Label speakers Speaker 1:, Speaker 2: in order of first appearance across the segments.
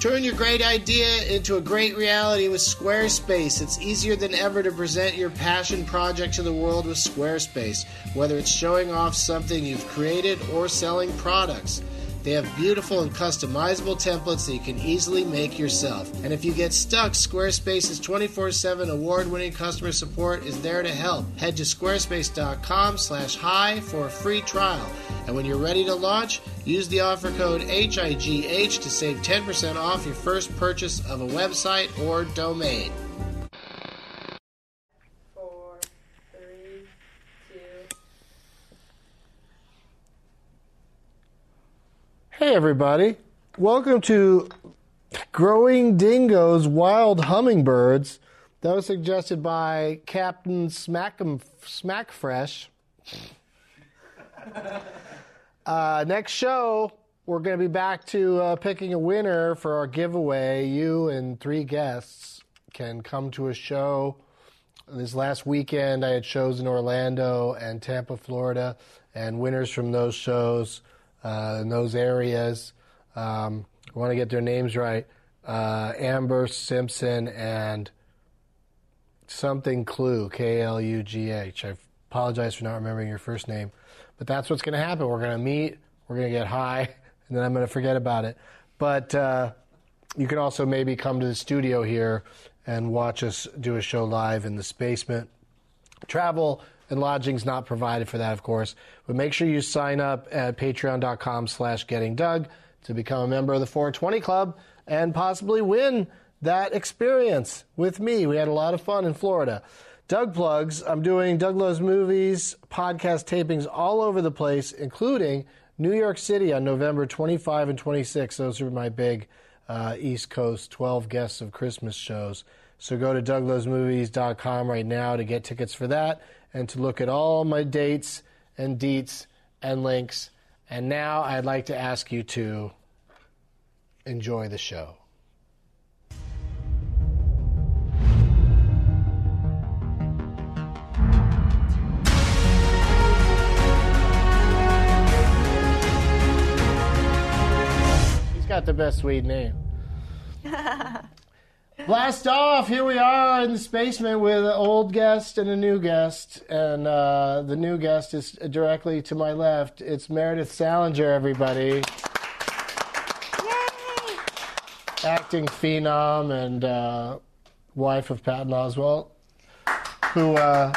Speaker 1: Turn your great idea into a great reality with Squarespace. It's easier than ever to present your passion project to the world with Squarespace, whether it's showing off something you've created or selling products. They have beautiful and customizable templates that you can easily make yourself. And if you get stuck, Squarespace's 24/7 award-winning customer support is there to help. Head to squarespace.com/hi for a free trial. And when you're ready to launch, use the offer code HIGH to save 10% off your first purchase of a website or domain.
Speaker 2: Four, three, two.
Speaker 1: Hey everybody. Welcome to Growing Dingoes Wild Hummingbirds. That was suggested by Captain Smack'em Smackfresh. Uh, next show, we're going to be back to uh, picking a winner for our giveaway. You and three guests can come to a show. This last weekend, I had shows in Orlando and Tampa, Florida, and winners from those shows uh, in those areas. Um, I want to get their names right. Uh, Amber Simpson and something Clue, K L U G H. I apologize for not remembering your first name, but that's what's going to happen. We're going to meet, we're going to get high, and then I'm going to forget about it. But uh, you can also maybe come to the studio here and watch us do a show live in this basement. Travel and lodging's not provided for that, of course. But make sure you sign up at patreon.com slash gettingdug to become a member of the 420 Club and possibly win that experience with me. We had a lot of fun in Florida. Doug plugs. I'm doing Doug Lowe's movies, podcast tapings all over the place, including New York City on November 25 and 26. Those are my big uh, East Coast 12 guests of Christmas shows. So go to douglowsmovies.com right now to get tickets for that and to look at all my dates and deets and links. And now I'd like to ask you to enjoy the show. He's got the best weed name. Blast off! Here we are in this basement with an old guest and a new guest, and uh, the new guest is directly to my left. It's Meredith Salinger, everybody,
Speaker 2: Yay!
Speaker 1: acting phenom and uh, wife of Patton Oswalt, who, uh,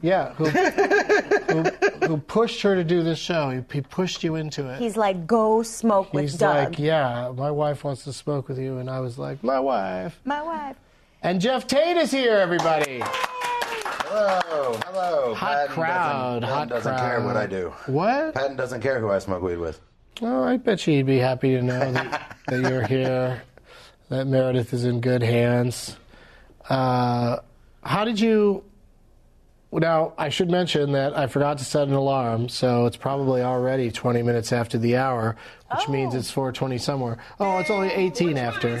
Speaker 1: yeah, who, who, who pushed her to do this show. He, he pushed you into it.
Speaker 3: He's like, go smoke
Speaker 1: He's
Speaker 3: with Doug.
Speaker 1: like, yeah, my wife wants to smoke with you, and I was like, my wife.
Speaker 3: My wife.
Speaker 1: And Jeff Tate is here, everybody.
Speaker 4: Hello, hello.
Speaker 1: Hot
Speaker 4: Patton
Speaker 1: crowd,
Speaker 4: Doesn't, Patton
Speaker 1: hot
Speaker 4: doesn't
Speaker 1: crowd.
Speaker 4: care what I do.
Speaker 1: What?
Speaker 4: Patton doesn't care who I smoke weed with.
Speaker 1: Oh, I bet you he'd be happy to know that, that you're here, that Meredith is in good hands. Uh, how did you? Now, I should mention that I forgot to set an alarm, so it's probably already 20 minutes after the hour, which means it's 4:20 somewhere. Oh, it's only 18 after.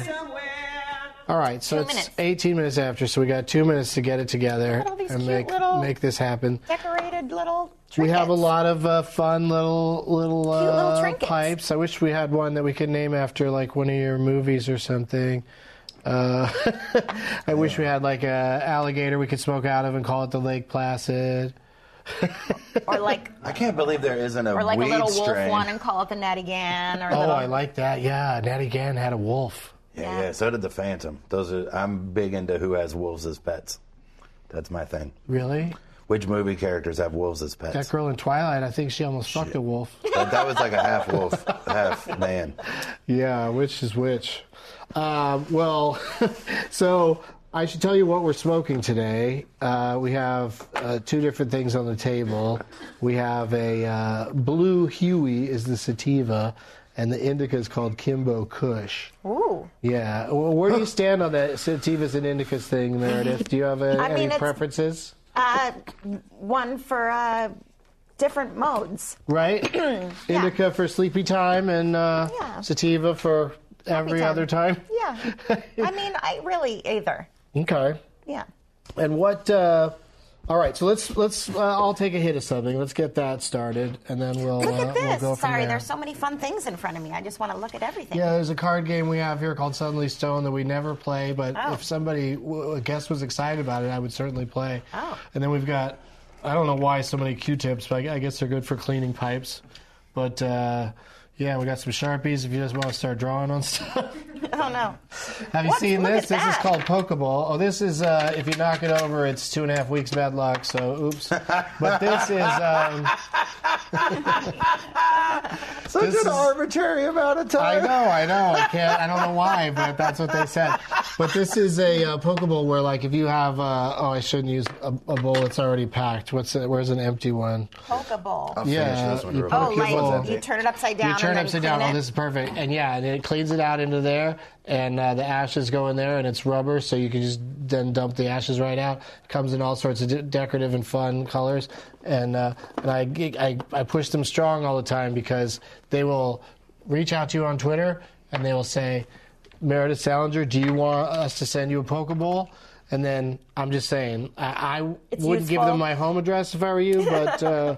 Speaker 1: All right, so it's
Speaker 3: minutes.
Speaker 1: 18 minutes after, so we got two minutes to get it together
Speaker 3: all these
Speaker 1: and
Speaker 3: cute
Speaker 1: make
Speaker 3: little-
Speaker 1: make this happen.
Speaker 3: Decorated little trinkets.
Speaker 1: We have a lot of uh, fun little little,
Speaker 3: little
Speaker 1: uh,
Speaker 3: trinkets.
Speaker 1: pipes. I wish we had one that we could name after like one of your movies or something. Uh, I wish we had like a alligator we could smoke out of and call it the Lake Placid.
Speaker 3: Or like,
Speaker 4: I can't believe there isn't a
Speaker 3: or like a
Speaker 4: weed
Speaker 3: little wolf
Speaker 4: strain.
Speaker 3: one and call it the Natty Gan. Or a
Speaker 1: Oh,
Speaker 3: little,
Speaker 1: I like that. Yeah, Natty Gann had a wolf.
Speaker 4: yeah, yeah. So did the Phantom. Those are. I'm big into who has wolves as pets. That's my thing.
Speaker 1: Really?
Speaker 4: Which movie characters have wolves as
Speaker 1: That
Speaker 4: pets?
Speaker 1: girl in Twilight, I think she almost fucked a wolf.
Speaker 4: that, that was like a half wolf, half man.
Speaker 1: Yeah, which is which. Um, well, so I should tell you what we're smoking today. Uh, we have uh, two different things on the table. We have a uh, blue Huey is the sativa, and the indica is called Kimbo Kush.
Speaker 3: ooh.
Speaker 1: Yeah. Well, where do you stand on that sativas and indicas thing, Meredith? Do you have a,
Speaker 3: I mean,
Speaker 1: any
Speaker 3: it's-
Speaker 1: preferences?
Speaker 3: Uh, one for uh, different modes.
Speaker 1: Right? Indica for sleepy time and uh,
Speaker 3: Yeah.
Speaker 1: sativa for every
Speaker 3: time.
Speaker 1: other time?
Speaker 3: Yeah. I mean, I really either.
Speaker 1: Okay.
Speaker 3: Yeah.
Speaker 1: And what uh, All right, so let's let's uh, all take a hit of something. Let's get that started, and then we'll
Speaker 3: Look
Speaker 1: uh, we'll
Speaker 3: at this.
Speaker 1: go from
Speaker 3: Sorry,
Speaker 1: there.
Speaker 3: there's so many fun things in front of me. I just want to look at everything.
Speaker 1: Yeah, there's a card game we have here called Suddenly Stone that we never play, but
Speaker 3: Oh.
Speaker 1: if somebody, w- a guest was excited about it, I would certainly play.
Speaker 3: Oh.
Speaker 1: And then we've got, I don't know why so many Q-tips, but I I guess they're good for cleaning pipes. But uh, yeah, we got some Sharpies if you just want to start drawing on stuff.
Speaker 3: Oh no.
Speaker 1: have you
Speaker 3: What?
Speaker 1: seen
Speaker 3: Look
Speaker 1: this?
Speaker 3: at
Speaker 1: This is
Speaker 3: that.
Speaker 1: called Pokeball. Oh, this is, uh, if you knock it over, it's two and a half weeks bad luck, so oops. but this is, um,
Speaker 4: Such
Speaker 1: This is-
Speaker 4: an arbitrary amount of
Speaker 1: I
Speaker 4: time.
Speaker 1: know, I know. I can't. I don't know why, but that's what they said. But this is a uh, Pokeball where, like, if you have, uh, oh, I shouldn't use a, a bowl that's already packed. What's it? Where's an empty one?
Speaker 3: Pokeball.
Speaker 4: I'll
Speaker 1: Yeah,
Speaker 4: finish this one
Speaker 1: you
Speaker 4: real
Speaker 1: put
Speaker 3: Oh,
Speaker 1: Pokeball.
Speaker 4: quick. This one's
Speaker 3: like
Speaker 4: empty.
Speaker 3: you turn it upside down.
Speaker 1: You turn
Speaker 3: and then
Speaker 1: upside
Speaker 3: clean
Speaker 1: down.
Speaker 3: It.
Speaker 1: Oh, this is perfect. And yeah, and it cleans it out into there, and uh, the ashes go in there, and it's rubber, so you can just then dump the ashes right out. It comes in all sorts of de- decorative and fun colors, and uh, and I, g- I I push them strong all the time because they will reach out to you on Twitter and they will say, Meredith Salinger, do you want us to send you a Pokeball? And then I'm just saying, I, I
Speaker 3: It's
Speaker 1: would give
Speaker 3: useful.
Speaker 1: them my home address if I were you, but uh,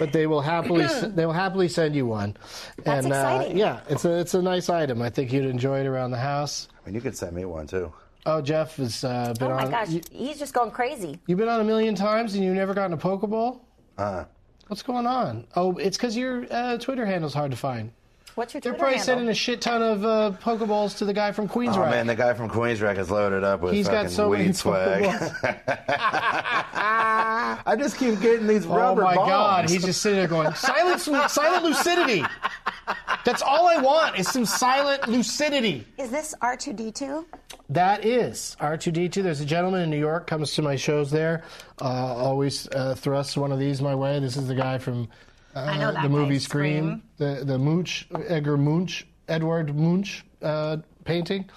Speaker 1: but they will happily s- they will happily send you one.
Speaker 3: That's
Speaker 1: and,
Speaker 3: exciting.
Speaker 1: Uh, yeah, it's a it's a nice item. I think you'd enjoy it around the house.
Speaker 4: I mean, you could send me one too.
Speaker 1: Oh, Jeff has uh, been
Speaker 3: Oh my
Speaker 1: on.
Speaker 3: gosh,
Speaker 1: You,
Speaker 3: he's just going crazy.
Speaker 1: you've been on a million times and you've never gotten a Pokeball.
Speaker 4: Uh,
Speaker 1: What's going on? Oh, it's because your uh, Twitter handle's hard to find.
Speaker 3: What's your
Speaker 1: They're
Speaker 3: Twitter
Speaker 1: probably
Speaker 3: handle?
Speaker 1: sending a shit ton of uh, Pokeballs to the guy from Queens
Speaker 4: oh man, the guy from Queensrÿche is loaded up with
Speaker 1: He's
Speaker 4: fucking
Speaker 1: got so many
Speaker 4: weed swag.
Speaker 1: Pokeballs.
Speaker 4: I just keep getting these
Speaker 1: Oh
Speaker 4: rubber
Speaker 1: my
Speaker 4: bombs.
Speaker 1: God! He's just sitting there going silent, silent lucidity. That's all I want is some silent lucidity.
Speaker 3: Is this R two D two?
Speaker 1: That is R2D2. There's a gentleman in New York comes to my shows there. Uh, always uh, thrusts one of these my way. This is the guy from uh,
Speaker 3: know that
Speaker 1: the movie
Speaker 3: guy,
Speaker 1: Scream, the the Munch Edgar Munch Edward Munch uh, painting.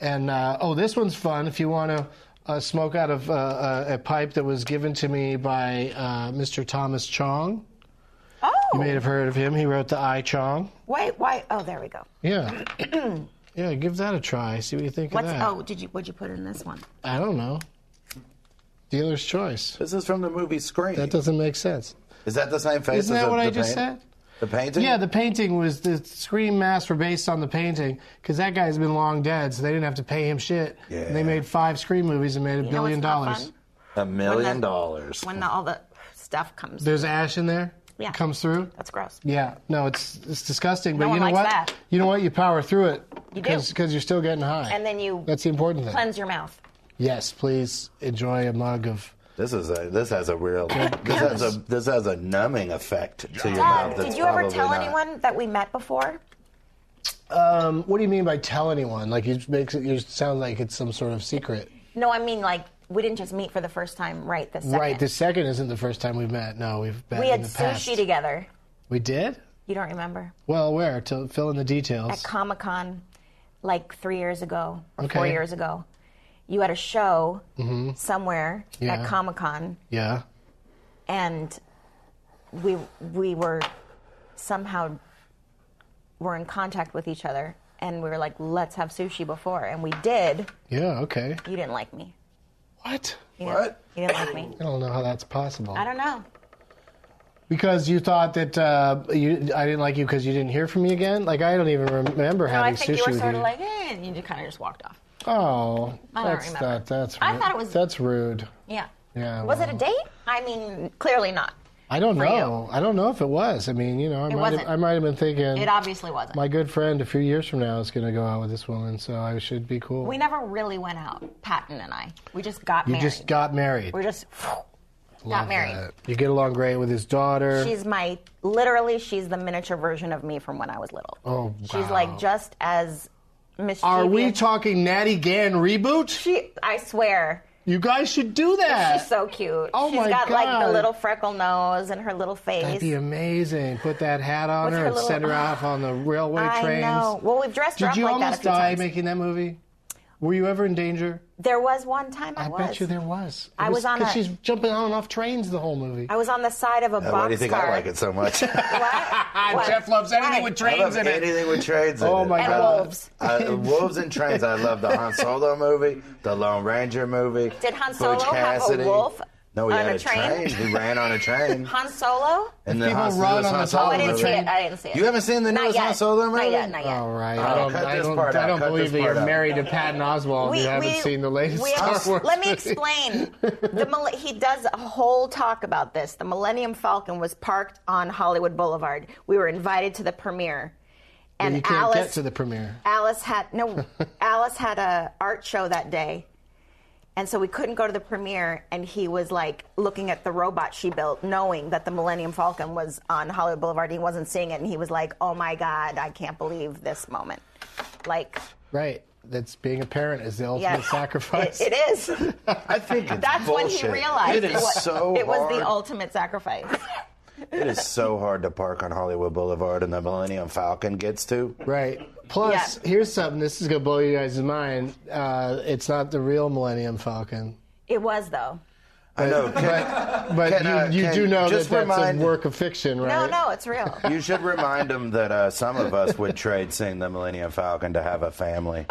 Speaker 1: And uh, oh, this one's fun. If you want to uh, smoke out of uh, uh, a pipe that was given to me by uh, Mr. Thomas Chong,
Speaker 3: Oh,
Speaker 1: you may have heard of him. He wrote the I Chong.
Speaker 3: wait, why? Oh, there we go.
Speaker 1: Yeah, yeah. Give that a try. See what you think
Speaker 3: What's
Speaker 1: of that.
Speaker 3: oh? Did you what'd you put in this one?
Speaker 1: I don't know. Dealer's choice.
Speaker 4: This is from the movie Scream.
Speaker 1: That doesn't make sense.
Speaker 4: is that the same face?
Speaker 1: Isn't
Speaker 4: as
Speaker 1: that
Speaker 4: the-
Speaker 1: what I
Speaker 4: the
Speaker 1: just
Speaker 4: paint-
Speaker 1: said?
Speaker 4: The painting.
Speaker 1: Yeah, the painting was the Scream masks were based on the painting because that guy's been long dead, so they didn't have to pay him shit.
Speaker 4: Yeah.
Speaker 1: And they made five Scream movies and made a
Speaker 3: You know what's
Speaker 1: billion
Speaker 3: not
Speaker 1: dollars.
Speaker 3: fun?
Speaker 4: a million
Speaker 3: When the-
Speaker 4: dollars.
Speaker 3: When the, all the stuff comes.
Speaker 1: There's ash in there.
Speaker 3: Yeah.
Speaker 1: Comes through.
Speaker 3: That's gross.
Speaker 1: Yeah. No, it's it's disgusting. But
Speaker 3: No
Speaker 1: you
Speaker 3: one
Speaker 1: know
Speaker 3: likes
Speaker 1: what?
Speaker 3: that.
Speaker 1: You know what? You power through it.
Speaker 3: You do.
Speaker 1: Because you're still getting high.
Speaker 3: And then you
Speaker 1: That's the important thing.
Speaker 3: cleanse your mouth.
Speaker 1: Yes, please enjoy a mug of.
Speaker 4: This is a this has a real this has a this has a numbing effect to your mouth.
Speaker 3: Doug,
Speaker 4: that's
Speaker 3: did you ever
Speaker 4: probably
Speaker 3: tell
Speaker 4: not-
Speaker 3: anyone that we met before?
Speaker 1: Um, what do you mean by tell anyone? Like it makes it you sound like it's some sort of secret.
Speaker 3: No, I mean like we didn't just meet for the first time right this second.
Speaker 1: Right. The second isn't the first time we've met. No, we've met
Speaker 3: we
Speaker 1: in
Speaker 3: had
Speaker 1: the
Speaker 3: sushi
Speaker 1: past.
Speaker 3: together.
Speaker 1: We did?
Speaker 3: You don't remember?
Speaker 1: Well, where? To fill in the
Speaker 3: At
Speaker 1: details.
Speaker 3: Comic Con, like three years ago or four
Speaker 1: Okay. Mm-hmm.
Speaker 3: years ago, you had a show somewhere
Speaker 1: Yeah.
Speaker 3: at Comic Con,
Speaker 1: yeah.
Speaker 3: and we we were somehow were in contact with each other, and we were like, let's have sushi before, and we did.
Speaker 1: Yeah. Okay.
Speaker 3: You didn't like me.
Speaker 1: What?
Speaker 3: You didn't-
Speaker 4: What?
Speaker 3: You didn't like me.
Speaker 1: I don't know how that's possible.
Speaker 3: I don't know.
Speaker 1: Because you thought that uh, you, I didn't like you because you didn't hear from me again. Like I don't even remember
Speaker 3: No, I
Speaker 1: having
Speaker 3: think
Speaker 1: sushi
Speaker 3: you were
Speaker 1: with
Speaker 3: sort
Speaker 1: you.
Speaker 3: of like, eh, and you just kind of just walked off.
Speaker 1: oh,
Speaker 3: I don't
Speaker 1: that's
Speaker 3: remember.
Speaker 1: not- that's.
Speaker 3: I
Speaker 1: ru-
Speaker 3: thought it was-
Speaker 1: That's rude.
Speaker 3: Yeah.
Speaker 1: Yeah,
Speaker 3: Was it a
Speaker 1: well.
Speaker 3: date? I mean, clearly not.
Speaker 1: I don't
Speaker 3: For
Speaker 1: know. I don't know if it was. I mean, you know, I might have,
Speaker 3: wasn't.
Speaker 1: I might have been thinking
Speaker 3: It obviously wasn't.
Speaker 1: my good friend a few years from now is going to go out with this woman, so I should be cool.
Speaker 3: we never really went out, Patton and I. We just got
Speaker 1: you
Speaker 3: married.
Speaker 1: just got married.
Speaker 3: We're just got
Speaker 1: Love
Speaker 3: married.
Speaker 1: that. You get along great with his daughter.
Speaker 3: She's my literally she's the miniature version of me from when I was little.
Speaker 1: Oh,
Speaker 3: She's
Speaker 1: wow.
Speaker 3: like just as mischievous.
Speaker 1: Are we talking Natty Gann reboot?
Speaker 3: she I swear.
Speaker 1: You guys should do that.
Speaker 3: She's so cute.
Speaker 1: Oh
Speaker 3: She's
Speaker 1: my
Speaker 3: got like
Speaker 1: God.
Speaker 3: the little freckle nose and her little face.
Speaker 1: That'd be amazing. Put that hat on
Speaker 3: With
Speaker 1: her,
Speaker 3: her
Speaker 1: and send her
Speaker 3: little-
Speaker 1: off on the railway
Speaker 3: I
Speaker 1: trains.
Speaker 3: know. Well, we've dressed her
Speaker 1: Did
Speaker 3: up
Speaker 1: you
Speaker 3: like that a
Speaker 1: almost
Speaker 3: few
Speaker 1: die
Speaker 3: times.
Speaker 1: making that movie? Were you ever in danger?
Speaker 3: There was one time I,
Speaker 1: I
Speaker 3: was.
Speaker 1: bet you there was. It
Speaker 3: I was on
Speaker 1: because
Speaker 3: a-
Speaker 1: she's jumping on and off trains the whole movie.
Speaker 3: I was on the side of a box
Speaker 4: Uh, why do you think I like it so much? I
Speaker 3: What? What? Why?
Speaker 4: love anything with trains in
Speaker 1: Oh
Speaker 4: it.
Speaker 1: my
Speaker 4: I
Speaker 3: And
Speaker 4: love-
Speaker 3: wolves.
Speaker 4: I- uh, wolves and trains. I love the Han Solo movie, the Lone Ranger movie.
Speaker 3: Did Han
Speaker 4: Butch
Speaker 3: Solo have a
Speaker 4: Cassidy.
Speaker 3: wolf
Speaker 4: No, he
Speaker 3: On
Speaker 4: had
Speaker 3: a
Speaker 4: a train.
Speaker 3: train?
Speaker 4: He ran on a train.
Speaker 3: Han Solo? Oh,
Speaker 4: and then
Speaker 1: People
Speaker 4: Han-
Speaker 1: run
Speaker 4: newest
Speaker 1: on the top
Speaker 4: Han Solo
Speaker 1: of
Speaker 3: I didn't
Speaker 4: movie.
Speaker 3: see it. I didn't see it.
Speaker 4: You haven't seen the
Speaker 3: Not
Speaker 4: newest
Speaker 3: yet.
Speaker 4: Han Solo movie?
Speaker 3: Not yet. Not yet.
Speaker 1: All right.
Speaker 4: Oh,
Speaker 1: I don't,
Speaker 4: cut
Speaker 1: I
Speaker 4: this
Speaker 1: don't,
Speaker 4: part
Speaker 1: I
Speaker 4: out,
Speaker 1: don't
Speaker 4: cut
Speaker 1: believe
Speaker 4: this
Speaker 1: that you're
Speaker 4: part out.
Speaker 1: married to Patton Oswald.
Speaker 3: We-
Speaker 1: you haven't
Speaker 3: we-
Speaker 1: seen the latest
Speaker 3: we
Speaker 1: Star
Speaker 3: have-
Speaker 1: Wars.
Speaker 3: Let me
Speaker 1: movie.
Speaker 3: explain. The mil- he does a whole talk about this. The Millennium Falcon was parked on Hollywood Boulevard. We were invited to the premiere, and
Speaker 1: You can't
Speaker 3: Alice
Speaker 1: get to the premiere.
Speaker 3: Alice had no. Alice had a art show that day, and so we couldn't go to the premiere. And he was like looking at the robot she built, knowing that the Millennium Falcon was on Hollywood Boulevard. He wasn't seeing it, and he was like, "Oh my God, I can't believe this moment!" Like,
Speaker 1: Right. That's being a parent is the ultimate
Speaker 3: yeah,
Speaker 1: sacrifice.
Speaker 3: It- it is.
Speaker 4: I think it's
Speaker 3: That's
Speaker 4: bullshit.
Speaker 3: when he realized
Speaker 4: it is
Speaker 3: was,
Speaker 4: so
Speaker 3: it was the
Speaker 4: hard.
Speaker 3: ultimate sacrifice.
Speaker 4: It is so hard to park on Hollywood Boulevard and the Millennium Falcon gets to.
Speaker 1: Right. Plus,
Speaker 3: Yeah.
Speaker 1: here's something. This is gonna blow you guys' mind. Uh, it's not the real Millennium Falcon,
Speaker 3: It was though.
Speaker 4: I know.
Speaker 1: but but
Speaker 4: Can, uh,
Speaker 1: you, you
Speaker 4: can-
Speaker 1: do know that
Speaker 4: just
Speaker 1: that's
Speaker 4: remind-
Speaker 1: a work of fiction, right?
Speaker 3: No, no, it's real.
Speaker 4: you should remind him that uh, some of us would trade seeing the Millennium Falcon to have a family.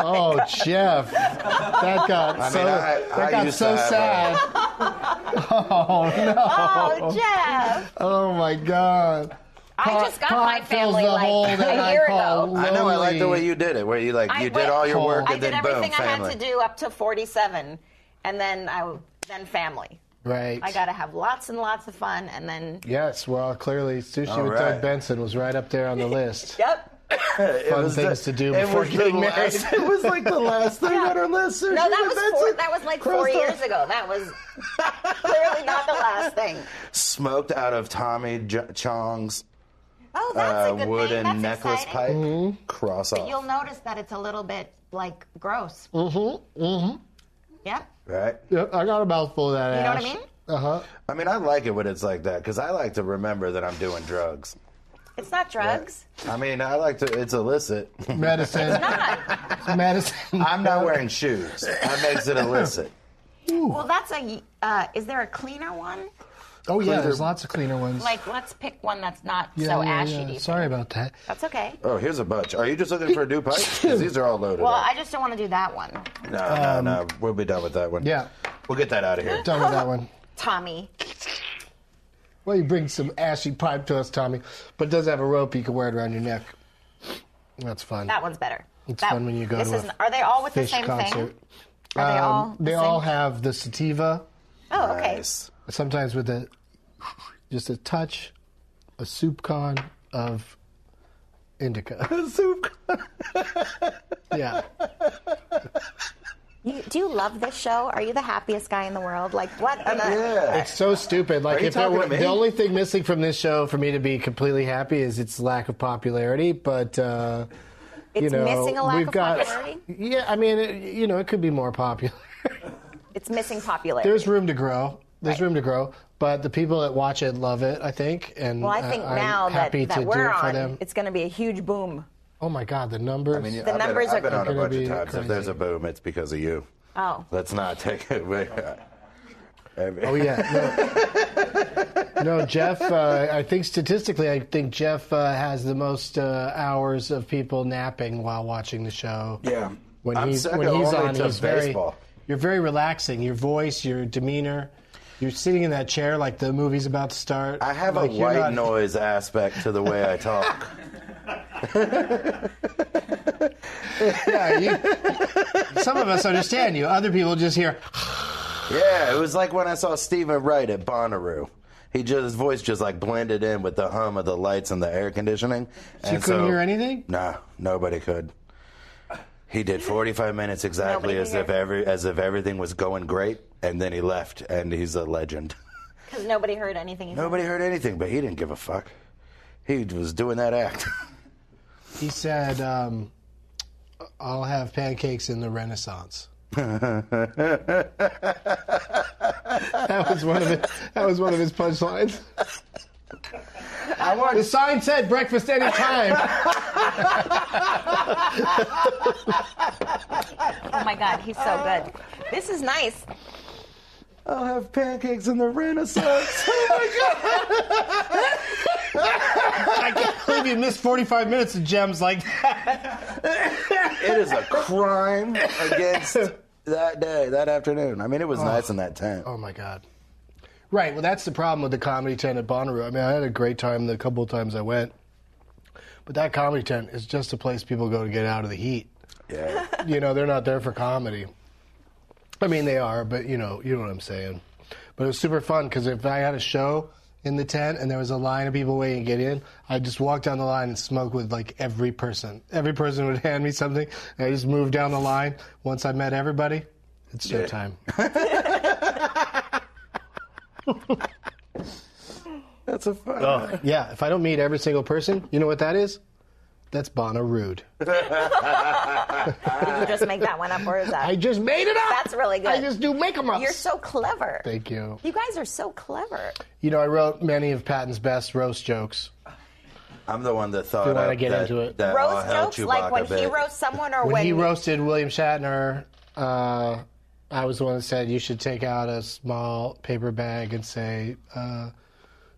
Speaker 1: Oh, Jeff, that got so
Speaker 4: mean, I-
Speaker 1: that
Speaker 4: I
Speaker 1: got
Speaker 4: used
Speaker 1: so
Speaker 4: to have uh,
Speaker 1: sad.
Speaker 3: Oh, Jeff!
Speaker 1: Oh my God.
Speaker 3: I just got my
Speaker 1: Pot fills
Speaker 3: family
Speaker 1: the hole
Speaker 3: like
Speaker 1: that
Speaker 3: a
Speaker 1: I
Speaker 3: year
Speaker 1: call
Speaker 3: ago.
Speaker 4: I know. I like the
Speaker 1: lonely.
Speaker 4: way you did it, where you like
Speaker 3: I
Speaker 4: you did
Speaker 3: went-
Speaker 4: all your work
Speaker 1: I
Speaker 3: I
Speaker 4: and
Speaker 3: did
Speaker 4: then
Speaker 3: everything
Speaker 4: boom,
Speaker 3: I
Speaker 4: family.
Speaker 3: had to do up to 47, and then I then family.
Speaker 1: Right.
Speaker 3: I got to have lots and lots of fun, and then
Speaker 1: Yes, well, clearly, Sushi
Speaker 4: All
Speaker 1: with
Speaker 4: right.
Speaker 1: Doug Benson was right up there on the list.
Speaker 3: yep.
Speaker 1: Fun things to do before getting married.
Speaker 4: it was like the last thing on our list.
Speaker 3: No, that was four, that was like four years ago. That was clearly not the last thing.
Speaker 4: Smoked out of Tommy J- Chong's
Speaker 3: Oh, that's
Speaker 4: uh,
Speaker 3: a good
Speaker 4: wooden
Speaker 3: thing. That's
Speaker 4: necklace
Speaker 3: exciting.
Speaker 4: pipe. Cross off.
Speaker 3: You'll notice that it's a little bit like gross. Mm-hmm. Mm-hmm. Yep.
Speaker 4: Right.
Speaker 1: Yep, I got a mouthful of that
Speaker 3: You know what I
Speaker 1: ash.
Speaker 3: mean?
Speaker 1: Uh huh.
Speaker 4: I mean, I like it when it's like that because I like to remember that I'm doing drugs.
Speaker 3: It's not drugs.
Speaker 4: I mean, I like to. It's illicit.
Speaker 1: Medicine. It's medicine.
Speaker 4: I'm not wearing shoes. That makes it illicit.
Speaker 3: Well, that's a. Uh, is there a cleaner one?
Speaker 1: Oh, yeah,
Speaker 4: Cleaner-
Speaker 1: there's lots of cleaner ones.
Speaker 3: Like, let's pick one that's not
Speaker 1: yeah,
Speaker 3: so
Speaker 1: yeah,
Speaker 3: ashy.
Speaker 1: yeah.
Speaker 3: do you
Speaker 1: Sorry
Speaker 3: think?
Speaker 1: about that.
Speaker 3: That's okay.
Speaker 4: Oh, here's a bunch. Are you just looking for a new pipe? 'Cause these are all loaded.
Speaker 3: Well,
Speaker 4: up.
Speaker 3: I just don't want to do that one.
Speaker 4: No, no, no. We'll be done with that one.
Speaker 1: Um, Yeah.
Speaker 4: We'll get that out of here.
Speaker 1: Done with that one.
Speaker 3: Tommy.
Speaker 1: Well, you bring some ashy pipe to us, Tommy, but it does have a rope you can wear it around your neck. That's fun.
Speaker 3: That one's better.
Speaker 1: It's
Speaker 3: That-
Speaker 1: fun when you go
Speaker 3: this
Speaker 1: to a
Speaker 3: isn't- Are they all with the
Speaker 1: Fish
Speaker 3: same
Speaker 1: concert. Um,
Speaker 3: thing? Are they all? the
Speaker 1: they
Speaker 3: same?
Speaker 1: all have the sativa,
Speaker 3: Oh, okay.
Speaker 4: Nice.
Speaker 1: sometimes with a just a touch, a soup con of indica.
Speaker 4: Soup.
Speaker 1: yeah.
Speaker 3: You, do you love this show? Are you the happiest guy in the world? Like, what? on the-
Speaker 4: Yeah.
Speaker 1: It's so stupid. Like
Speaker 4: you
Speaker 1: if there
Speaker 4: talking
Speaker 1: were,
Speaker 4: to me?
Speaker 1: the only thing missing from this show for me to be completely happy is its lack of popularity. But uh,
Speaker 3: It's
Speaker 1: you know,
Speaker 3: missing a lack
Speaker 1: we've
Speaker 3: of
Speaker 1: got
Speaker 3: popularity?
Speaker 1: yeah. I mean, it, you know, it could be more popular.
Speaker 3: It's missing popularity.
Speaker 1: There's room to grow. There's
Speaker 3: Right.
Speaker 1: room to grow. But the people that watch it love it, I think. And
Speaker 3: well, I think
Speaker 1: uh, I'm
Speaker 3: now that,
Speaker 1: happy
Speaker 3: that
Speaker 1: to do
Speaker 3: we're
Speaker 1: it for
Speaker 3: on,
Speaker 1: them.
Speaker 3: it's going to be a huge boom.
Speaker 1: Oh my God, the numbers.
Speaker 4: I mean, I've
Speaker 3: The
Speaker 4: been-
Speaker 3: numbers
Speaker 4: I've been
Speaker 3: are
Speaker 4: on a
Speaker 1: gonna
Speaker 4: bunch of
Speaker 1: be
Speaker 4: times. If
Speaker 1: crazy.
Speaker 4: there's a boom, it's because of you.
Speaker 3: Oh.
Speaker 4: Let's not take it. away.
Speaker 1: Oh yeah. No, no Jeff. Uh, I think statistically, I think Jeff uh, has the most uh, hours of people napping while watching the show.
Speaker 4: Yeah.
Speaker 1: When
Speaker 4: I'm
Speaker 1: he's
Speaker 4: second
Speaker 1: when he's
Speaker 4: only
Speaker 1: on,
Speaker 4: to
Speaker 1: he's
Speaker 4: baseball.
Speaker 1: very. You're very relaxing. Your voice, your demeanor. You're sitting in that chair like the movie's about to start.
Speaker 4: I have
Speaker 1: Like,
Speaker 4: a
Speaker 1: you're
Speaker 4: white
Speaker 1: not-
Speaker 4: noise aspect to the way I talk.
Speaker 1: Yeah, you- some of us understand you. Other people just hear.
Speaker 4: yeah, it was like when I saw Stephen Wright at Bonnaroo. He just his voice just like blended in with the hum of the lights and the air conditioning.
Speaker 1: So you
Speaker 4: And
Speaker 1: couldn't hear anything?
Speaker 4: Nah, nobody could. He did 45 minutes
Speaker 3: Nobody
Speaker 4: exactly
Speaker 3: could
Speaker 4: as if
Speaker 3: hear.
Speaker 4: every as if everything was going great, and then he left, and he's a legend.
Speaker 3: Because nobody heard anything.
Speaker 4: Nobody heard anything, but he didn't give a fuck. He was doing that act.
Speaker 1: He said, um, "I'll have pancakes in the Renaissance." that was one of his, that was one of his punchlines.
Speaker 4: I
Speaker 1: The
Speaker 4: wanted
Speaker 1: sign said breakfast anytime.
Speaker 3: Oh my God, he's so good. This is nice.
Speaker 4: I'll have pancakes in the Renaissance. oh my god!
Speaker 1: I can't believe you missed 45 minutes of gems like that.
Speaker 4: It is a crime against that day, that afternoon. I mean, it was nice in that tent.
Speaker 5: Oh my god. Right. Well, that's the problem with the comedy tent at Bonnaroo. I mean, I had a great time the couple of times I went, but that comedy tent is just a place people go to get out of the heat.
Speaker 4: Yeah.
Speaker 5: You know, they're not there for comedy. I mean, they are, but you know, you know what I'm saying. But it was super fun because if I had a show in the tent and there was a line of people waiting to get in, I'd just walk down the line and smoke with like every person. Every person would hand me something, and I just moved down the line. Once I met everybody, it's showtime.
Speaker 4: That's a fun.
Speaker 1: Oh.
Speaker 5: Yeah, if I don't meet every single person, you know what that is? That's Bonna Rude.
Speaker 3: Did you just make that one up, or is that?
Speaker 5: I just made it up.
Speaker 3: That's really good.
Speaker 5: I just do make 'em ups.
Speaker 3: You're so clever.
Speaker 5: Thank you.
Speaker 3: You guys are so clever.
Speaker 5: You know, I wrote many of Patton's best roast jokes.
Speaker 4: I'm the one that thought
Speaker 5: you wanna
Speaker 4: up
Speaker 5: get
Speaker 4: that,
Speaker 5: into it.
Speaker 4: that all
Speaker 3: Roast
Speaker 4: hell
Speaker 3: jokes, like
Speaker 4: Chewbacca
Speaker 3: when he
Speaker 4: bit.
Speaker 3: roasts someone, or
Speaker 5: When,
Speaker 3: when,
Speaker 5: he roasted William Shatner, uh, I was the one that said you should take out a small paper bag and say, uh,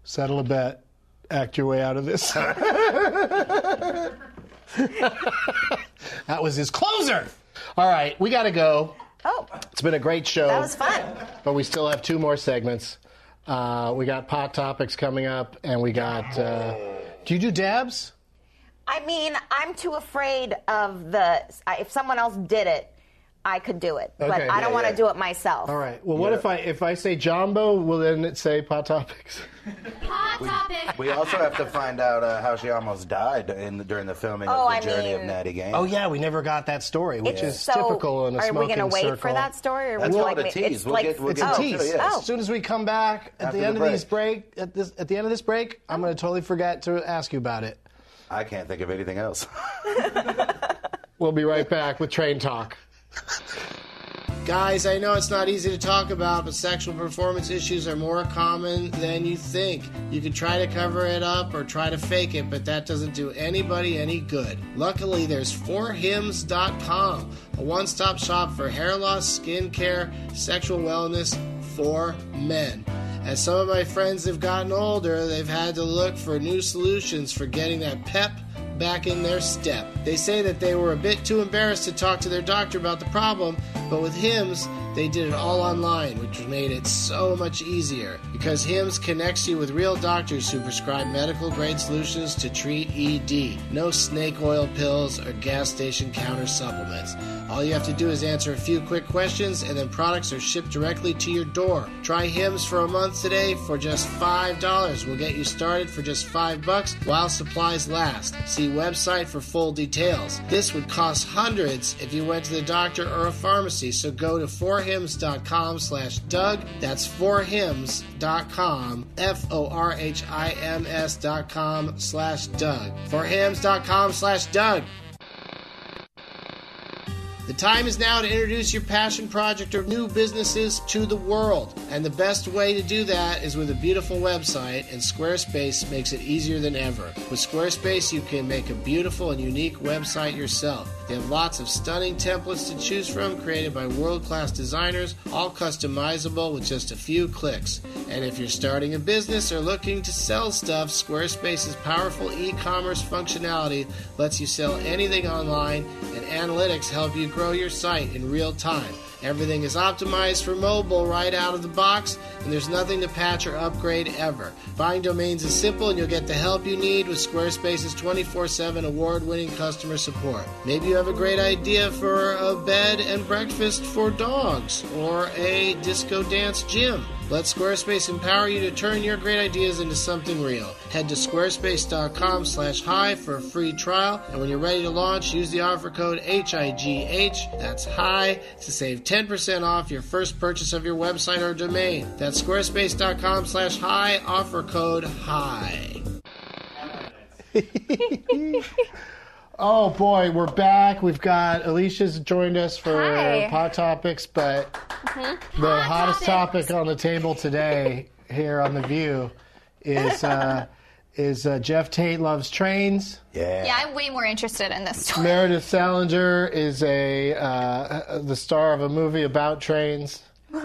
Speaker 5: "Settle a bet, act your way out of this." that was his closer. All right, we got to go.
Speaker 3: Oh,
Speaker 5: It's been a great show.
Speaker 3: that was fun.
Speaker 5: but we still have two more segments. Uh, we got pot topics coming up, and we got. Uh, do you do dabs?
Speaker 3: I mean, I'm too afraid of the. I- If someone else did it, I could do it, but
Speaker 5: Okay,
Speaker 3: I don't
Speaker 5: yeah,
Speaker 3: want to
Speaker 4: yeah.
Speaker 3: do it myself.
Speaker 5: All right. Well, what if I if I say Jumbo, will then it say pot topics?
Speaker 6: Hot topic.
Speaker 4: We also have to find out uh, how she almost died in the, during the filming
Speaker 3: Oh,
Speaker 4: of the
Speaker 3: I
Speaker 4: Journey of
Speaker 3: mean-
Speaker 4: Natty Game.
Speaker 5: Oh yeah, we never got that story, which is
Speaker 3: So,
Speaker 5: typical in a
Speaker 3: are we
Speaker 5: smoking
Speaker 3: gonna wait
Speaker 5: circle.
Speaker 3: for that story? Or
Speaker 4: That's
Speaker 3: would you
Speaker 4: called a
Speaker 3: like me-
Speaker 4: tease.
Speaker 3: It's
Speaker 4: We'll
Speaker 3: like,
Speaker 4: get- we'll
Speaker 5: It's
Speaker 4: get
Speaker 5: a
Speaker 4: Oh,
Speaker 5: tease.
Speaker 4: yeah.
Speaker 5: As soon as we come back at
Speaker 4: After
Speaker 5: the
Speaker 4: the
Speaker 5: end of
Speaker 4: break.
Speaker 5: these break, at this at the end of this break, I'm going to totally forget to ask you about it.
Speaker 4: I can't think of anything else.
Speaker 5: We'll be right back with Train Talk. Guys, I know it's not easy to talk about, but sexual performance issues are more common than you think. You can try to cover it up or try to fake it, but that doesn't do anybody any good. Luckily, there's 4hims.com, a one stop shop for hair loss, skin care, sexual wellness for men. As some of my friends have gotten older, they've had to look for new solutions for getting that pep back in their step. They say that they were a bit too embarrassed to talk to their doctor about the problem, but with HIMS, they did it all online, which made it so much easier. Because HIMS connects you with real doctors who prescribe medical grade solutions to treat ED. No snake oil pills or gas station counter supplements. All you have to do is answer a few quick questions, and then products are shipped directly to your door. Try HIMS for a month today for just $5. We'll get you started for just 5 bucks while supplies last. See website for full details. This would cost hundreds if you went to the doctor or a pharmacy, so go to 4hims.com slash Doug. That's 4hims.com, F-O-R-H-I-M-S dot com slash Doug. 4hims.com slash Doug. The time is now to introduce your passion project or new businesses to the world. And the best way to do that is with a beautiful website, and Squarespace makes it easier than ever. With Squarespace, you can make a beautiful and unique website yourself. They have lots of stunning templates to choose from, created by world class designers, all customizable with just a few clicks. And if you're starting a business or looking to sell stuff, Squarespace's powerful e commerce functionality lets you sell anything online and analytics help you grow your site in real time. Everything is optimized for mobile right out of the box, and there's nothing to patch or upgrade ever. Buying domains is simple, and you'll get the help you need with Squarespace's 24 7 award winning customer support. Maybe you have a great idea for a bed and breakfast for dogs or a disco dance gym. Let Squarespace empower you to turn your great ideas into something real. Head to squarespace.com slash hi for a free trial, and when you're ready to launch, use the offer code HIGH, that's hi, to save 10% off your first purchase of your website or domain. That's squarespace.com slash hi, offer code hi. oh boy, we're back. We've got Alicia's joined us for
Speaker 6: Hi.
Speaker 5: Pod Topics, but the
Speaker 6: Hot
Speaker 5: hottest
Speaker 6: topics.
Speaker 5: topic on the table today here on the View is uh, is uh, Jeff Tate loves trains.
Speaker 4: yeah.
Speaker 6: Yeah, I'm way more interested in this story.
Speaker 5: Meredith Salinger is a uh, the star of a movie about trains.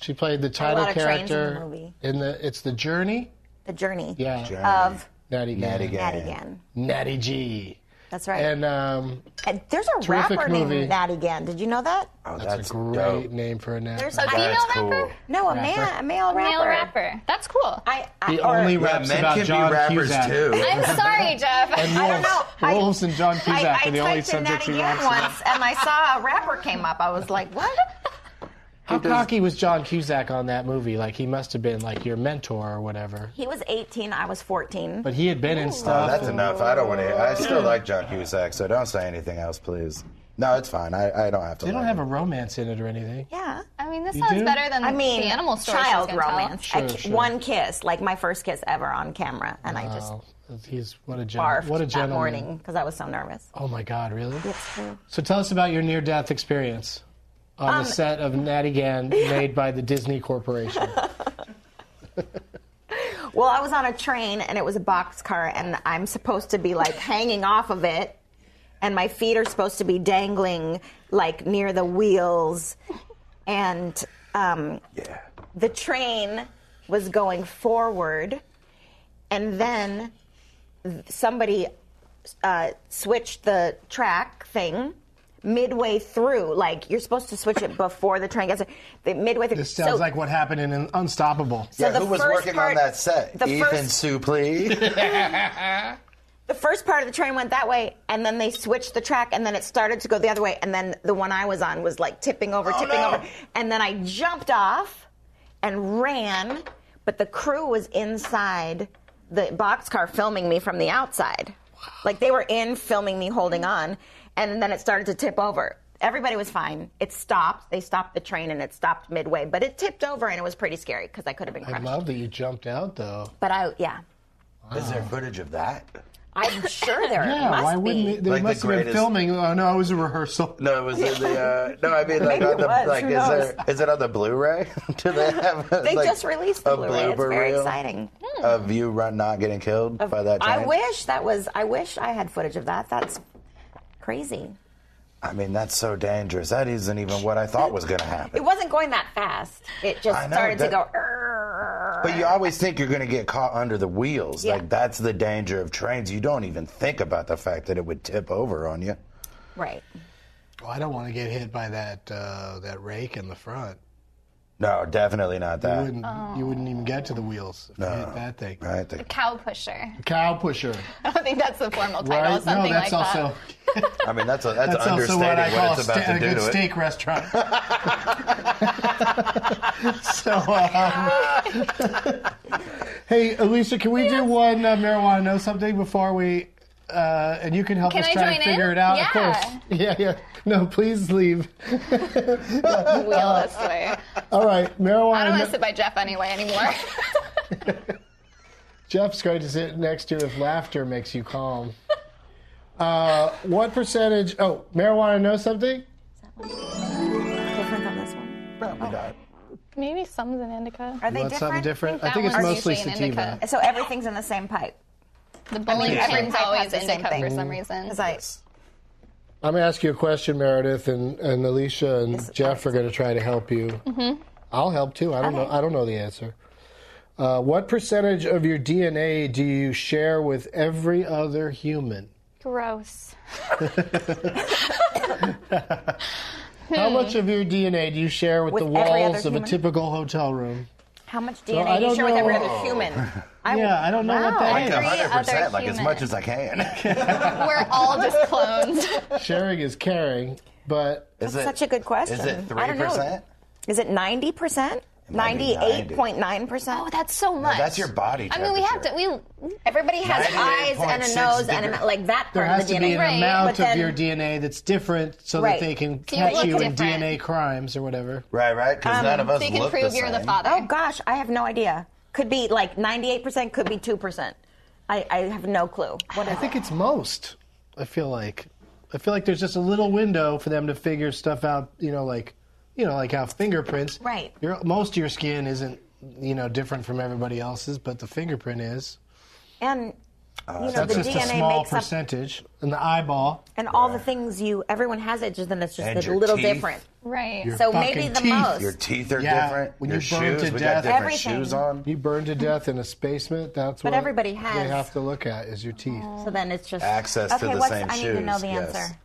Speaker 5: She played the title
Speaker 3: Oh. lot of trains in
Speaker 5: character
Speaker 3: the movie.
Speaker 5: in the- it's the Journey.
Speaker 3: The journey
Speaker 5: Yeah,
Speaker 4: Journey.
Speaker 3: of
Speaker 5: Natty G.
Speaker 4: Natty Gang.
Speaker 3: Matt again.
Speaker 5: Natty G.
Speaker 3: That's right.
Speaker 1: And um,
Speaker 3: And there's a
Speaker 1: Terrific
Speaker 3: rapper
Speaker 1: movie.
Speaker 3: named Natty Gann. Did you know that?
Speaker 4: Oh,
Speaker 1: that's, a great
Speaker 4: dope.
Speaker 1: name for a
Speaker 3: There's
Speaker 1: napkin.
Speaker 6: A
Speaker 3: I-
Speaker 6: female
Speaker 4: That's cool.
Speaker 6: rapper?
Speaker 3: No, a man, a male rapper.
Speaker 6: Male rapper. That's cool. I,
Speaker 3: I, I
Speaker 1: He
Speaker 3: or-
Speaker 1: only
Speaker 4: Yeah,
Speaker 1: raps
Speaker 4: men
Speaker 1: about
Speaker 4: can
Speaker 1: John
Speaker 4: be rappers
Speaker 1: Cusack.
Speaker 4: too.
Speaker 6: am sorry, Jeff.
Speaker 3: I don't know. I-
Speaker 1: Wolves and John Cusack
Speaker 3: I, I
Speaker 1: are the only
Speaker 3: typed in
Speaker 1: subjects
Speaker 3: Natty
Speaker 1: he
Speaker 3: Gann
Speaker 1: raps about.
Speaker 3: once, and I saw a rapper came up. I was like, what?
Speaker 1: How
Speaker 4: does-
Speaker 1: cocky was John Cusack on that movie? Like he must have been like your mentor or whatever.
Speaker 3: He was 18. I was 14.
Speaker 1: But he had been in
Speaker 4: Oh,
Speaker 1: stuff.
Speaker 4: that's enough. I don't want to. I still like John Cusack, so don't say anything else, please. No, it's fine. I, I don't have to.
Speaker 1: they don't
Speaker 4: like
Speaker 1: have a
Speaker 4: him.
Speaker 1: romance in it or anything.
Speaker 3: yeah.
Speaker 6: I mean, this
Speaker 1: You
Speaker 6: sounds
Speaker 1: do?
Speaker 6: better than
Speaker 3: I mean,
Speaker 6: the animal story. she was
Speaker 3: child
Speaker 6: gonna tell.
Speaker 3: romance.
Speaker 1: Sure,
Speaker 3: I-
Speaker 1: sure.
Speaker 3: One kiss, like my first kiss ever on camera, and I just
Speaker 1: Wow. He's what a
Speaker 3: barfed
Speaker 1: gentleman. What a
Speaker 3: that
Speaker 1: gentleman.
Speaker 3: morning because I was so nervous.
Speaker 1: Oh my God, really?
Speaker 3: It's true.
Speaker 1: So tell us about your near-death experience on
Speaker 3: Um,
Speaker 1: the set of Natty Gann made by the Disney Corporation.
Speaker 3: Well, I was on a train and it was a box car, and I'm supposed to be like hanging off of it, and my feet are supposed to be dangling like near the wheels, and um,
Speaker 4: Yeah.
Speaker 3: the train was going forward, and then somebody uh, switched the track thing midway through. Like you're supposed to switch it before the train gets there. Midway through.
Speaker 1: This sounds
Speaker 3: So-
Speaker 1: like what happened in Unstoppable.
Speaker 3: so
Speaker 4: yeah
Speaker 3: the
Speaker 4: who was
Speaker 3: first
Speaker 4: working
Speaker 3: part-
Speaker 4: on that set?
Speaker 3: the
Speaker 4: Ethan
Speaker 3: first-
Speaker 4: Suplee.
Speaker 3: the first part of the train went that way, and then they switched the track, and then it started to go the other way, and then the one I was on was like tipping over,
Speaker 1: Oh,
Speaker 3: tipping
Speaker 4: no.
Speaker 3: over, and then I jumped off and ran, but the crew was inside the boxcar filming me from the outside, like they were in filming me holding on, and then it started to tip over. Everybody was fine. It stopped. They stopped the train and it stopped midway, but it tipped over and it was pretty scary because I could have been
Speaker 1: I
Speaker 3: crushed.
Speaker 1: love that you jumped out though.
Speaker 3: but I, yeah,
Speaker 4: Is there footage of that?
Speaker 3: I'm sure there
Speaker 1: Yeah,
Speaker 3: must
Speaker 1: why
Speaker 3: be.
Speaker 1: wouldn't it? They
Speaker 4: Like the
Speaker 1: must have been
Speaker 4: greatest-
Speaker 1: filming. Oh no, it was a rehearsal.
Speaker 4: No, it was in the. Uh, no, I mean like
Speaker 3: Maybe
Speaker 4: on
Speaker 3: it
Speaker 4: the
Speaker 3: was,
Speaker 4: like.
Speaker 3: who
Speaker 4: Is
Speaker 3: knows?
Speaker 4: there? Is it on the Blu-ray? Do they have?
Speaker 3: They
Speaker 4: like,
Speaker 3: just released the
Speaker 4: a
Speaker 3: Blu-ray. It's
Speaker 4: blooper
Speaker 3: very
Speaker 4: reel
Speaker 3: exciting.
Speaker 4: Of you run not getting killed by that.
Speaker 3: I
Speaker 4: train?
Speaker 3: wish that was. I wish I had footage of that. That's crazy.
Speaker 4: I mean, that's so dangerous. That isn't even what I thought was going to happen.
Speaker 3: It wasn't going that fast. It just
Speaker 4: I know,
Speaker 3: started to
Speaker 4: that-
Speaker 3: go. "Err."
Speaker 4: But you always think you're going to get caught under the wheels.
Speaker 3: Yeah.
Speaker 4: Like that's the danger of trains. You don't even think about the fact that it would tip over on you.
Speaker 3: Right.
Speaker 1: Well, I don't want to get hit by that uh, that rake in the front.
Speaker 4: No, definitely not
Speaker 1: You
Speaker 4: that.
Speaker 1: wouldn't, you wouldn't even get to the wheels if you hit that thing.
Speaker 4: Right? The-
Speaker 6: Cow pusher.
Speaker 1: Cow pusher,
Speaker 6: I don't think that's the formal title.
Speaker 1: right? No,
Speaker 6: Something
Speaker 1: that's
Speaker 6: like
Speaker 1: also
Speaker 4: I mean, that's a, that's,
Speaker 1: that's also
Speaker 4: understating
Speaker 1: what
Speaker 4: what,
Speaker 1: I call
Speaker 4: it's about
Speaker 1: ste- a
Speaker 4: to do
Speaker 1: good
Speaker 4: to it.
Speaker 1: steak restaurant. so, um, hey, Alicia, can we do one uh, marijuana know something before we? Uh, and you can help
Speaker 6: Can
Speaker 1: us
Speaker 6: I
Speaker 1: try
Speaker 6: join
Speaker 1: and
Speaker 6: in?
Speaker 1: figure it out. Of
Speaker 6: Yeah.
Speaker 1: course. Yeah, yeah. No, please leave.
Speaker 6: that. Wheel this way.
Speaker 1: All right,
Speaker 6: I
Speaker 1: marijuana.
Speaker 6: don't want
Speaker 1: Kno-
Speaker 6: to sit by Jeff anyway anymore.
Speaker 1: Jeff's going to sit next to you if laughter makes you calm. Uh, what percentage? Oh, marijuana knows something?
Speaker 3: Different than this one. Oh.
Speaker 4: Probably not.
Speaker 6: Maybe some's an indica.
Speaker 3: Are they
Speaker 1: Want
Speaker 3: different?
Speaker 1: something different? I
Speaker 6: That
Speaker 1: think it's
Speaker 6: one's
Speaker 1: mostly
Speaker 6: usually an
Speaker 1: sativa.
Speaker 6: indica.
Speaker 3: So everything's in the same pipe.
Speaker 6: The bowling
Speaker 4: Yeah.
Speaker 6: pin's
Speaker 3: Every pipe
Speaker 6: always
Speaker 3: has the same
Speaker 6: indica
Speaker 3: thing.
Speaker 6: for some reason.
Speaker 3: 'Cause I-
Speaker 1: I'm going to ask you a question, Meredith, and, and Alicia and Jeff are going to try to help you.
Speaker 3: Mm-hmm.
Speaker 1: I'll help too. I don't know. I don't know the answer. Uh, what percentage of your DNA do you share with every other human?
Speaker 6: Gross.
Speaker 1: How much of your DNA do you share with,
Speaker 3: Hmm. With
Speaker 1: the
Speaker 3: every other
Speaker 1: walls of a
Speaker 3: human?
Speaker 1: typical hotel room?
Speaker 3: how much
Speaker 1: I
Speaker 3: DNA do
Speaker 1: don't
Speaker 3: you share with every
Speaker 1: know.
Speaker 3: other human?
Speaker 1: Yeah, I don't know what
Speaker 6: Wow.
Speaker 1: that
Speaker 4: Like
Speaker 1: is.
Speaker 6: Every
Speaker 4: hundred
Speaker 6: other
Speaker 4: percent, like as
Speaker 6: human.
Speaker 4: much as I can.
Speaker 6: We're all just clones.
Speaker 1: Sharing is caring, but
Speaker 4: Is
Speaker 3: That's
Speaker 4: it-
Speaker 3: such a good question.
Speaker 4: Is it
Speaker 3: I
Speaker 4: three
Speaker 3: don't know.
Speaker 4: percent?
Speaker 3: Is it ninety percent?
Speaker 4: might be 90.
Speaker 3: Ninety-eight point nine percent.
Speaker 6: Oh, that's so much.
Speaker 4: That's your body.
Speaker 6: I mean, we have to.
Speaker 4: temperature.
Speaker 6: We
Speaker 3: Everybody has eyes and a
Speaker 4: 98.6
Speaker 3: nose and a
Speaker 4: degree.
Speaker 3: like that
Speaker 1: there
Speaker 3: part
Speaker 1: has
Speaker 3: of the
Speaker 1: to
Speaker 3: DNA.
Speaker 1: be an
Speaker 6: Right.
Speaker 1: amount
Speaker 3: But
Speaker 1: of
Speaker 3: then-
Speaker 1: your DNA that's different so
Speaker 3: Right.
Speaker 1: that they can
Speaker 6: So you
Speaker 1: catch
Speaker 6: look
Speaker 1: you in
Speaker 6: different.
Speaker 1: DNA crimes or whatever.
Speaker 4: Right, right, because none of us
Speaker 6: so you can
Speaker 4: look
Speaker 6: Um, prove
Speaker 4: the
Speaker 6: you're the
Speaker 4: same.
Speaker 6: father.
Speaker 3: Oh gosh, I have no idea. Could be like 98%, could be 2%. I, I have no clue. What
Speaker 1: I
Speaker 3: is
Speaker 1: think it's most. I feel like I feel like there's just a little window for them to figure stuff out. You know, like you know, like how fingerprints.
Speaker 3: Right.
Speaker 1: Your most of your skin isn't you know different from everybody else's, but the fingerprint is.
Speaker 3: And you
Speaker 1: Uh,
Speaker 3: know,
Speaker 1: That's
Speaker 3: the
Speaker 1: just a
Speaker 3: DNA
Speaker 1: small
Speaker 3: makes up
Speaker 1: percentage. And the eyeball.
Speaker 3: and all the things you everyone has edges then it's just
Speaker 4: And
Speaker 3: a
Speaker 4: your
Speaker 3: little
Speaker 4: teeth.
Speaker 3: different
Speaker 6: Right.
Speaker 1: Your
Speaker 3: so
Speaker 1: fucking
Speaker 3: maybe the
Speaker 1: teeth.
Speaker 3: most
Speaker 4: Your teeth are
Speaker 1: Yeah,
Speaker 4: different.
Speaker 1: when
Speaker 4: your
Speaker 1: you burn
Speaker 4: shoes,
Speaker 1: to
Speaker 4: we
Speaker 1: death-
Speaker 4: got different
Speaker 3: Everything.
Speaker 4: shoes on.
Speaker 1: You burn to death in a basement. That's
Speaker 3: But
Speaker 1: what
Speaker 3: everybody Oh.
Speaker 1: they
Speaker 3: has.
Speaker 1: have to look at is your teeth.
Speaker 3: so then it's just
Speaker 4: Access to
Speaker 3: okay,
Speaker 4: the
Speaker 3: what's,
Speaker 4: same
Speaker 3: i need to know
Speaker 4: shoes,
Speaker 3: the
Speaker 4: yes.
Speaker 3: answer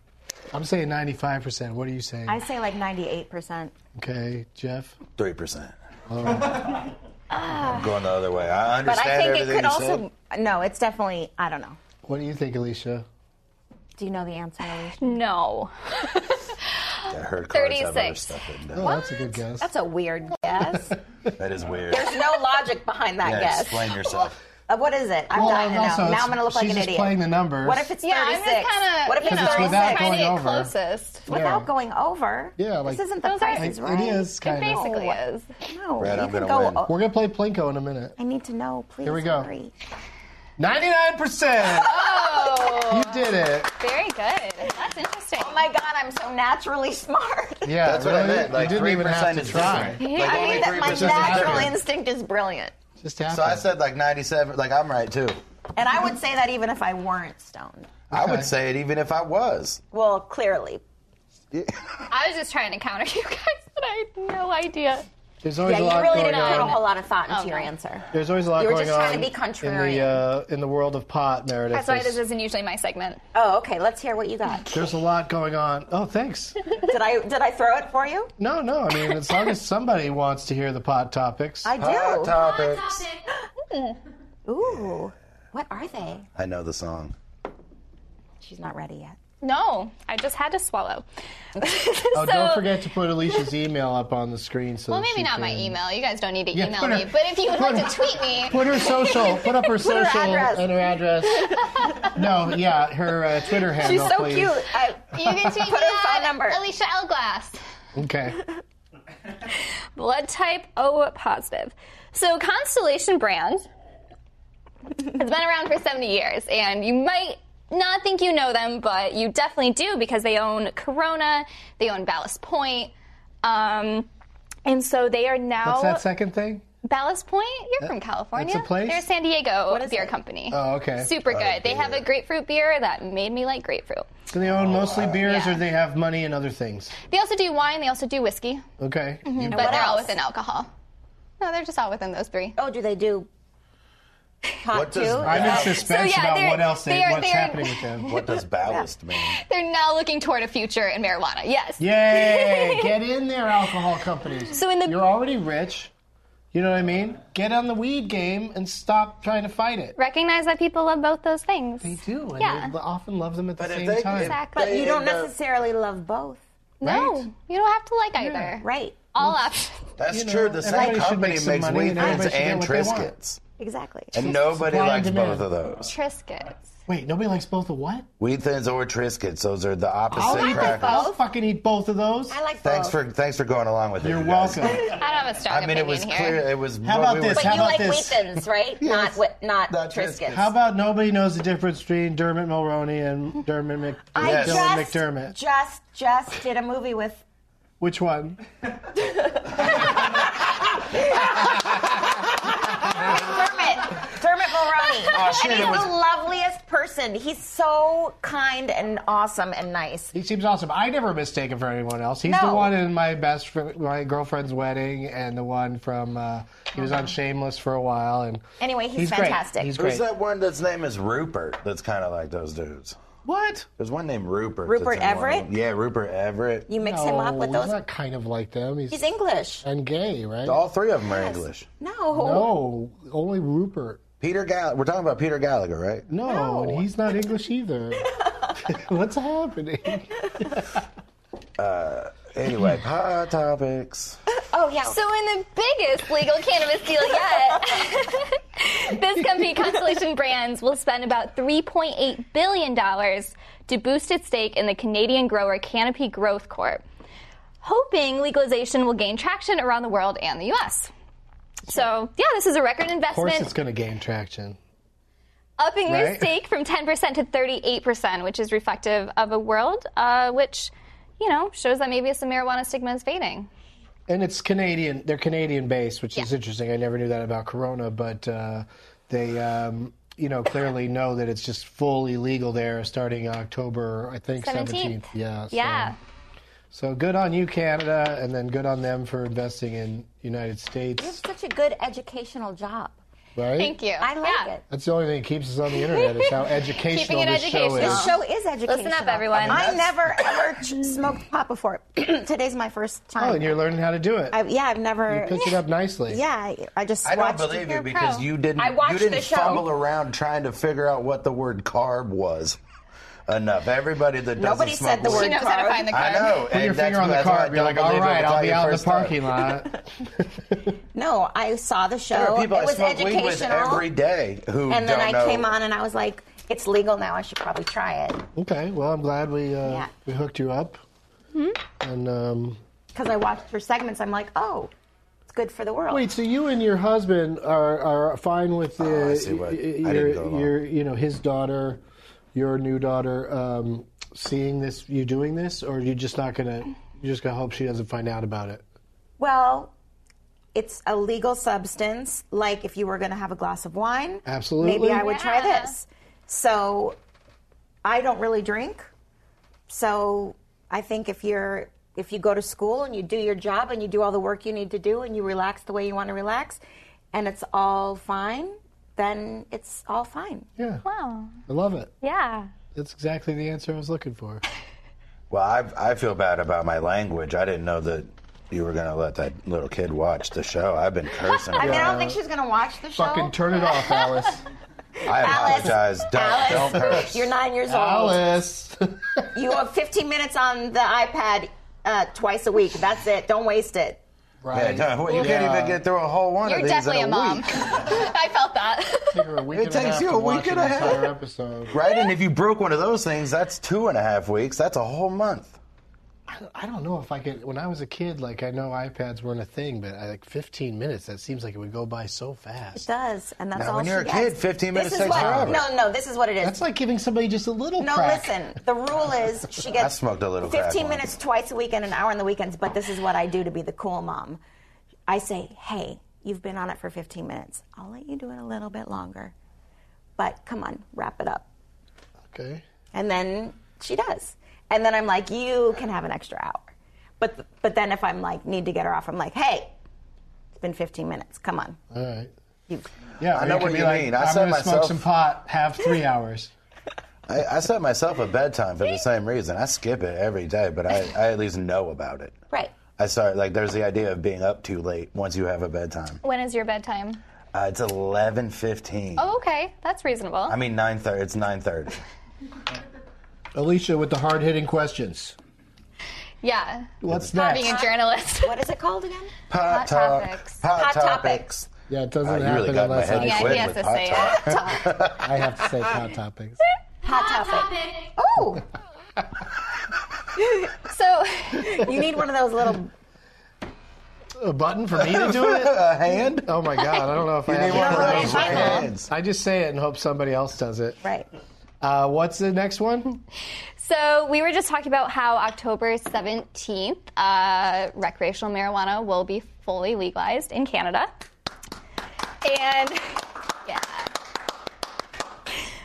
Speaker 1: I'm saying 95%. What are you saying?
Speaker 3: i say like 98%
Speaker 1: okay, Jeff.
Speaker 4: Three percent. I'm going the other way. I
Speaker 3: Oh. but
Speaker 4: understand
Speaker 3: i think it
Speaker 4: everything
Speaker 3: could
Speaker 4: you
Speaker 3: also
Speaker 4: said.
Speaker 3: no it's definitely i don't know
Speaker 1: What do you think, Alicia?
Speaker 3: do you know the answer Alicia?
Speaker 6: No.
Speaker 4: I heard cars have other
Speaker 6: 36.
Speaker 4: stuff in
Speaker 1: Oh,
Speaker 4: them.
Speaker 1: that's a good guess.
Speaker 3: that's a weird guess
Speaker 4: That is weird.
Speaker 3: there's no logic behind that
Speaker 4: Yeah,
Speaker 3: guess
Speaker 4: explain yourself.
Speaker 3: Uh, what is it i'm
Speaker 1: Well,
Speaker 3: dying to know
Speaker 1: also,
Speaker 3: now i'm going to look
Speaker 1: she's
Speaker 3: like an
Speaker 1: just
Speaker 3: idiot
Speaker 1: playing the numbers.
Speaker 3: what if it's 36
Speaker 6: Yeah, I'm just kind of.
Speaker 3: what if
Speaker 6: you
Speaker 3: it's
Speaker 6: know,
Speaker 1: 'Cause
Speaker 6: trying
Speaker 1: without
Speaker 6: to
Speaker 1: going
Speaker 6: get
Speaker 1: over.
Speaker 6: closest.
Speaker 3: without
Speaker 1: Yeah.
Speaker 3: going over
Speaker 1: Yeah, like-
Speaker 3: this isn't the
Speaker 6: Those are-
Speaker 3: price is
Speaker 1: It
Speaker 3: right
Speaker 1: is
Speaker 6: It
Speaker 1: kind of.
Speaker 6: basically is.
Speaker 3: no
Speaker 4: Brad,
Speaker 3: you
Speaker 4: I'm gonna
Speaker 3: can go
Speaker 4: win.
Speaker 3: o-
Speaker 1: We're going to play Plinko in a minute.
Speaker 3: I need to know, please.
Speaker 1: we go.
Speaker 3: hurry.
Speaker 1: 99%!
Speaker 6: Oh,
Speaker 1: you did it.
Speaker 6: very good. That's interesting.
Speaker 3: Oh my God, I'm so naturally smart.
Speaker 1: Yeah,
Speaker 4: That's
Speaker 1: really?
Speaker 4: what I meant. Like
Speaker 1: you didn't even have
Speaker 4: 3%
Speaker 1: to
Speaker 4: is
Speaker 1: try.
Speaker 4: different. Like,
Speaker 3: I
Speaker 4: only
Speaker 3: mean that my
Speaker 4: 3% is
Speaker 3: natural
Speaker 4: different.
Speaker 3: instinct is brilliant,
Speaker 1: Just happened.
Speaker 4: So I said like 97. Like I'm right too.
Speaker 3: and I would say that even if I weren't stoned.
Speaker 4: I
Speaker 1: Okay.
Speaker 4: would say it even if I was.
Speaker 3: Well, clearly,
Speaker 6: I was just trying to counter you guys, but I had no idea.
Speaker 1: There's always a
Speaker 3: yeah,
Speaker 1: lot
Speaker 3: you really
Speaker 1: going
Speaker 3: didn't put a
Speaker 1: on.
Speaker 3: whole lot of thought into
Speaker 6: Oh,
Speaker 3: your
Speaker 6: no.
Speaker 3: answer.
Speaker 1: There's always a lot
Speaker 3: You were
Speaker 1: going
Speaker 3: just trying
Speaker 1: on
Speaker 3: to be
Speaker 1: in the
Speaker 3: contrarian.
Speaker 1: uh, in the world of pot, Meredith.
Speaker 6: That's why this
Speaker 1: There's-
Speaker 6: isn't usually my segment.
Speaker 3: Oh, okay. Let's hear what you got.
Speaker 1: There's a lot going on. Oh, thanks.
Speaker 3: did I did I throw it for you?
Speaker 1: No, no. I mean, as long as somebody wants to hear the pot topics,
Speaker 3: I
Speaker 4: Hot
Speaker 3: do.
Speaker 4: topics.
Speaker 3: Ooh, what are they?
Speaker 4: I know the song.
Speaker 3: She's not ready yet.
Speaker 6: No, I just had to swallow.
Speaker 1: oh, don't forget to put Alicia's email up on the screen. So
Speaker 6: Well,
Speaker 1: that
Speaker 6: maybe
Speaker 1: she
Speaker 6: not my
Speaker 1: can-
Speaker 6: email. You guys don't need to
Speaker 1: Yeah,
Speaker 6: email
Speaker 1: put her-
Speaker 6: me. But if you would
Speaker 1: put
Speaker 6: like
Speaker 1: her-
Speaker 6: to tweet me,
Speaker 1: Put her social. Put up her social
Speaker 3: address.
Speaker 1: and her address. no, yeah, her uh, Twitter handle.
Speaker 3: She's so
Speaker 1: please.
Speaker 3: cute. I,
Speaker 6: you can tweet
Speaker 3: Put
Speaker 6: me
Speaker 3: her phone
Speaker 6: at
Speaker 3: number.
Speaker 6: Alicia L. Glass.
Speaker 1: Okay.
Speaker 6: blood type O positive. So Constellation Brands has been around for 70 years, and you might not think you know them, but you definitely do because they own Corona, they own Ballast Point, um, and so they are now
Speaker 1: What's that second thing?
Speaker 6: Ballast Point. You're from California.
Speaker 1: that's a place?
Speaker 6: They're a San Diego
Speaker 3: is
Speaker 6: beer
Speaker 3: it?
Speaker 6: company.
Speaker 1: Oh, okay.
Speaker 6: Super good. They have a grapefruit beer that made me like grapefruit.
Speaker 1: Do they own mostly beers, or
Speaker 6: Yeah.
Speaker 1: they have money and other things?
Speaker 6: They also do wine. They also do whiskey,
Speaker 1: Okay. You-
Speaker 6: but they're all
Speaker 3: else?
Speaker 6: within alcohol. No, they're just all within those three.
Speaker 3: oh, do they do? Pot
Speaker 4: What
Speaker 3: two?
Speaker 4: does-
Speaker 1: I'm in
Speaker 4: So,
Speaker 1: suspense
Speaker 6: yeah,
Speaker 1: about
Speaker 6: they're-
Speaker 1: what else they,
Speaker 6: they are-
Speaker 1: what's
Speaker 6: they are-
Speaker 1: happening with them.
Speaker 4: What does ballast mean?
Speaker 6: They're now looking toward a future in marijuana. Yes.
Speaker 1: Yay! Get in there, alcohol companies.
Speaker 6: So in the-
Speaker 1: you're already rich. You know what I mean? Get on the weed game and stop trying to fight it.
Speaker 6: Recognize that people love both those things.
Speaker 1: They do, and
Speaker 6: Yeah.
Speaker 1: they often love them at the
Speaker 4: But if
Speaker 1: same
Speaker 4: they-
Speaker 1: time.
Speaker 6: Exactly.
Speaker 4: if
Speaker 6: But
Speaker 4: they
Speaker 3: You don't
Speaker 4: end
Speaker 1: uh,
Speaker 4: up-
Speaker 3: necessarily love both,
Speaker 6: No,
Speaker 1: Right.
Speaker 6: you don't have to like either.
Speaker 3: right?
Speaker 6: All options.
Speaker 4: That's
Speaker 1: You know,
Speaker 4: true. The same
Speaker 1: everybody should
Speaker 4: company
Speaker 1: make some
Speaker 4: makes
Speaker 1: money
Speaker 4: weed
Speaker 1: and
Speaker 4: things
Speaker 1: everybody should
Speaker 4: and
Speaker 1: get what they want.
Speaker 4: Triscuits.
Speaker 3: Exactly.
Speaker 4: And nobody
Speaker 1: Supply and
Speaker 4: likes
Speaker 1: demand.
Speaker 4: both of those.
Speaker 6: Triscuits.
Speaker 1: Wait, nobody likes both of what?
Speaker 4: Weed thins or Triscuits. Those are the
Speaker 1: I'll,
Speaker 4: opposite
Speaker 1: eat the-
Speaker 4: crackers.
Speaker 1: I'll fucking eat both of those.
Speaker 3: I like
Speaker 4: Thanks
Speaker 3: both.
Speaker 4: for thanks for going along with it.
Speaker 1: You're
Speaker 4: you guys.
Speaker 1: welcome.
Speaker 6: I don't have a strong
Speaker 4: I mean, it
Speaker 6: opinion
Speaker 4: was
Speaker 6: here.
Speaker 4: clear. It was.
Speaker 1: How
Speaker 4: what
Speaker 1: about
Speaker 4: we
Speaker 1: this?
Speaker 4: were-
Speaker 1: How
Speaker 3: you
Speaker 1: about
Speaker 3: like
Speaker 1: this?
Speaker 3: Wheatins, right? not whi- not
Speaker 4: Not
Speaker 3: Triscuits.
Speaker 4: Triscuits.
Speaker 1: How about nobody knows the difference between Dermot Mulroney and Dermot Mc-
Speaker 3: I
Speaker 4: Yes.
Speaker 1: Dylan
Speaker 3: just,
Speaker 1: McDermott?
Speaker 3: just just did a movie with
Speaker 1: Which one?
Speaker 3: Dermot Dermot Mulroney,
Speaker 4: shit,
Speaker 3: and he's
Speaker 4: it Oh, was-
Speaker 3: the loveliest person. He's so kind and awesome and nice.
Speaker 1: He seems awesome. I never mistake him for anyone else. He's
Speaker 3: No.
Speaker 1: the one in my best, fri my girlfriend's wedding, and the one from uh, he was on Shameless for a while. And
Speaker 3: Anyway, he's
Speaker 1: great.
Speaker 3: fantastic.
Speaker 1: He's
Speaker 4: Who's
Speaker 1: great.
Speaker 4: that one that's name is Rupert? That's kind of like those dudes.
Speaker 1: What?
Speaker 4: There's one named Rupert.
Speaker 3: Rupert
Speaker 4: that's in one of
Speaker 3: Everett?
Speaker 4: them. Yeah, Rupert Everett.
Speaker 3: You mix him up with
Speaker 1: No,
Speaker 3: those.
Speaker 1: Oh, He's not kind of like them. He's,
Speaker 3: He's English. Oh,
Speaker 1: and gay, right?
Speaker 4: All three of them are English.
Speaker 3: No.
Speaker 1: No, only Rupert.
Speaker 4: Peter Gall. We're talking about Peter Gallagher, right?
Speaker 1: No,
Speaker 3: No.
Speaker 1: he's not English either. What's happening?
Speaker 4: Anyway, hot topics.
Speaker 3: Oh yeah.
Speaker 6: So, in the biggest legal cannabis deal yet, this company, Constellation Brands, will spend about $3.8 billion to boost its stake in the Canadian grower Canopy Growth Corp, hoping legalization will gain traction around the world and the U.S. So, yeah, this is a record
Speaker 1: Of course,
Speaker 6: investment,
Speaker 1: it's going to gain traction.
Speaker 6: upping their
Speaker 1: right?
Speaker 6: stake from 10% to 38%, which is reflective of a world uh, which, you know, shows that maybe some marijuana stigma is fading.
Speaker 1: And it's Canadian. They're Canadian based, which is interesting. I never knew that about Corona, but uh, they um,
Speaker 7: you know, clearly know that it's just fully legal there starting October, I think,
Speaker 6: 17th.
Speaker 7: 17th. Yeah. so-
Speaker 6: Yeah.
Speaker 7: So good on you, Canada, and then good on them for investing in United States,
Speaker 3: Such a good educational job.
Speaker 7: right?
Speaker 6: Mm-hmm. Thank you.
Speaker 3: I like
Speaker 6: Yeah.
Speaker 3: it.
Speaker 7: That's the only thing that keeps us on the internet is how educational
Speaker 6: it
Speaker 7: this show
Speaker 6: educational.
Speaker 7: is.
Speaker 3: This show is educational.
Speaker 6: Listen up, everyone.
Speaker 3: I never ever ch- smoked pot before. Today's my first time.
Speaker 7: Oh, and you're learning how to do it.
Speaker 3: I, yeah, I've never.
Speaker 7: you picked it up nicely.
Speaker 3: Yeah, I, I just.
Speaker 4: I don't
Speaker 3: watched
Speaker 4: believe
Speaker 3: it.
Speaker 4: you because
Speaker 6: pro.
Speaker 4: you didn't.
Speaker 6: I watched
Speaker 4: you didn't
Speaker 6: the show.
Speaker 4: fumble around trying to figure out what the word carb was enough. Everybody that doesn't
Speaker 3: Nobody
Speaker 4: smoke
Speaker 3: said the
Speaker 4: weed-
Speaker 3: word
Speaker 6: She knows how to
Speaker 3: carb.
Speaker 6: find the
Speaker 4: I
Speaker 6: card.
Speaker 4: know.
Speaker 7: Put
Speaker 4: and
Speaker 7: your
Speaker 4: that's-
Speaker 7: finger on the
Speaker 4: that's why I
Speaker 7: car. You're
Speaker 4: don't
Speaker 7: like,
Speaker 4: believe
Speaker 7: all
Speaker 4: it
Speaker 7: right,
Speaker 4: without
Speaker 7: I'll be
Speaker 4: your
Speaker 7: out in the
Speaker 4: first time."
Speaker 7: parking lot.
Speaker 3: No, I saw the show.
Speaker 4: There are people
Speaker 3: it
Speaker 4: I
Speaker 3: was
Speaker 4: smoke weed
Speaker 3: educational.
Speaker 4: with every day who
Speaker 3: and then
Speaker 4: don't
Speaker 3: I
Speaker 4: know.
Speaker 3: came on and I was like, "It's legal now. I should probably try it."
Speaker 7: okay, well, I'm glad we uh,
Speaker 3: Yeah. Hmm?
Speaker 7: we hooked you up. And um,
Speaker 3: Because I watched her segments. I'm like, "Oh, it's good for the world."
Speaker 7: wait, so you and your husband are, are fine with uh,
Speaker 4: Oh, I see why- I didn't
Speaker 7: your,
Speaker 4: go along.
Speaker 7: your you know his daughter, your new daughter, um, seeing this, you doing this, or are you just not gonna you're just gonna hope she doesn't find out about it?
Speaker 3: Well, it's a legal substance. Like if you were going to have a glass of wine,
Speaker 7: Absolutely.
Speaker 3: Maybe I would try
Speaker 6: Yeah.
Speaker 3: this. So, I don't really drink. So I think if you're if you go to school and you do your job and you do all the work you need to do and you relax the way you want to relax, and it's all fine, then it's all fine.
Speaker 7: Yeah,
Speaker 6: Wow.
Speaker 7: I love it.
Speaker 6: Yeah.
Speaker 7: That's exactly the answer I was looking for.
Speaker 4: Well, I, I feel bad about my language. I didn't know that you were going to let that little kid watch the show. I've been cursing.
Speaker 3: I mean, I don't think she's going to watch the
Speaker 6: Oh.
Speaker 3: show.
Speaker 7: Uh, Fucking turn it off, Alice.
Speaker 4: I apologize. Don't,
Speaker 3: Alice,
Speaker 4: don't curse.
Speaker 3: You're nine years old.
Speaker 7: Alice.
Speaker 3: You have 15 minutes on the iPad uh, twice a week. That's it. Don't waste it.
Speaker 4: Yeah,
Speaker 7: right.
Speaker 4: don't- well, you can't
Speaker 7: Yeah.
Speaker 4: even get through a whole one
Speaker 6: You're
Speaker 4: of these
Speaker 6: definitely
Speaker 4: in
Speaker 6: a
Speaker 4: a,
Speaker 6: mom.
Speaker 4: week.
Speaker 6: I felt that.
Speaker 7: You're a week
Speaker 4: It
Speaker 7: and
Speaker 4: takes
Speaker 7: half
Speaker 4: you
Speaker 7: to
Speaker 4: a
Speaker 7: watch
Speaker 4: week and
Speaker 7: an
Speaker 4: a half.
Speaker 7: entire episode.
Speaker 4: Right? And if you broke one of those things, that's two and a half weeks. That's a whole month.
Speaker 7: I don't know if I could. When I was a kid, like I know iPads weren't a thing, but I, like 15 minutes, that seems like it would go by so fast.
Speaker 3: does, and that's
Speaker 4: Now,
Speaker 3: all.
Speaker 4: when
Speaker 3: she
Speaker 4: you're a
Speaker 3: gets.
Speaker 4: kid, 15 minutes
Speaker 3: this is
Speaker 4: takes
Speaker 3: what,
Speaker 4: forever.
Speaker 3: No, no, this is what it is.
Speaker 7: That's like giving somebody just a little
Speaker 3: no,
Speaker 7: crack.
Speaker 3: listen. The rule is she gets.
Speaker 4: I smoked a little crack
Speaker 3: 15
Speaker 4: once.
Speaker 3: minutes twice a week and an hour on the weekends. But this is what I do to be the cool mom. I say, hey, you've been on it for 15 minutes. I'll let you do it a little bit longer, but come on, wrap it up.
Speaker 7: Okay.
Speaker 3: And then she does. And then I'm like, you can have an extra hour. But but then if I'm like need to get her off, I'm like, hey, it's been 15 minutes. Come on.
Speaker 4: Uh,
Speaker 7: All right.
Speaker 3: You-
Speaker 7: Yeah,
Speaker 4: I
Speaker 7: or
Speaker 4: know
Speaker 7: could
Speaker 4: what
Speaker 7: be
Speaker 4: you
Speaker 7: like,
Speaker 4: mean. I
Speaker 7: I'm
Speaker 4: set
Speaker 7: gonna smoke
Speaker 4: myself-
Speaker 7: some pot, have three hours.
Speaker 4: I, I set myself a bedtime for the same reason. I skip it every day, but I, I at least know about it.
Speaker 3: Right.
Speaker 4: I start, like, there's the idea of being up too late once you have a bedtime.
Speaker 6: when is your bedtime?
Speaker 4: Uh, it's 11.15.
Speaker 6: Oh, okay. That's reasonable.
Speaker 4: I mean, 9.30. It's 9.30.
Speaker 7: Alicia with the hard hitting questions.
Speaker 6: yeah.
Speaker 7: What's
Speaker 6: Being a
Speaker 7: next?
Speaker 6: journalist.
Speaker 3: What is it called again?
Speaker 4: Pot,
Speaker 6: topics.
Speaker 4: Pot,
Speaker 3: Hot
Speaker 4: topics.
Speaker 3: topics.
Speaker 7: Yeah, it doesn't
Speaker 4: Uh, you
Speaker 7: happen
Speaker 4: really got my
Speaker 7: unless
Speaker 4: head
Speaker 7: I,
Speaker 6: Yeah,
Speaker 4: quit
Speaker 6: he has
Speaker 4: with
Speaker 6: to
Speaker 4: hot
Speaker 6: say it.
Speaker 4: topics.
Speaker 7: I have to say hot topics.
Speaker 3: Hot, topic. Oh,
Speaker 6: so,
Speaker 3: you need one of those little.
Speaker 7: A button for me to do it?
Speaker 4: A hand?
Speaker 7: Oh my God! I don't know if I
Speaker 4: You need
Speaker 7: have
Speaker 4: one
Speaker 7: one.
Speaker 4: of
Speaker 3: Right,
Speaker 4: those
Speaker 3: my hand.
Speaker 4: hands.
Speaker 7: I just say it and hope somebody else does it.
Speaker 3: Right.
Speaker 7: Uh, what's the next one?
Speaker 6: so we were just talking about how October 17th, uh, recreational marijuana will be fully legalized in Canada. And yeah.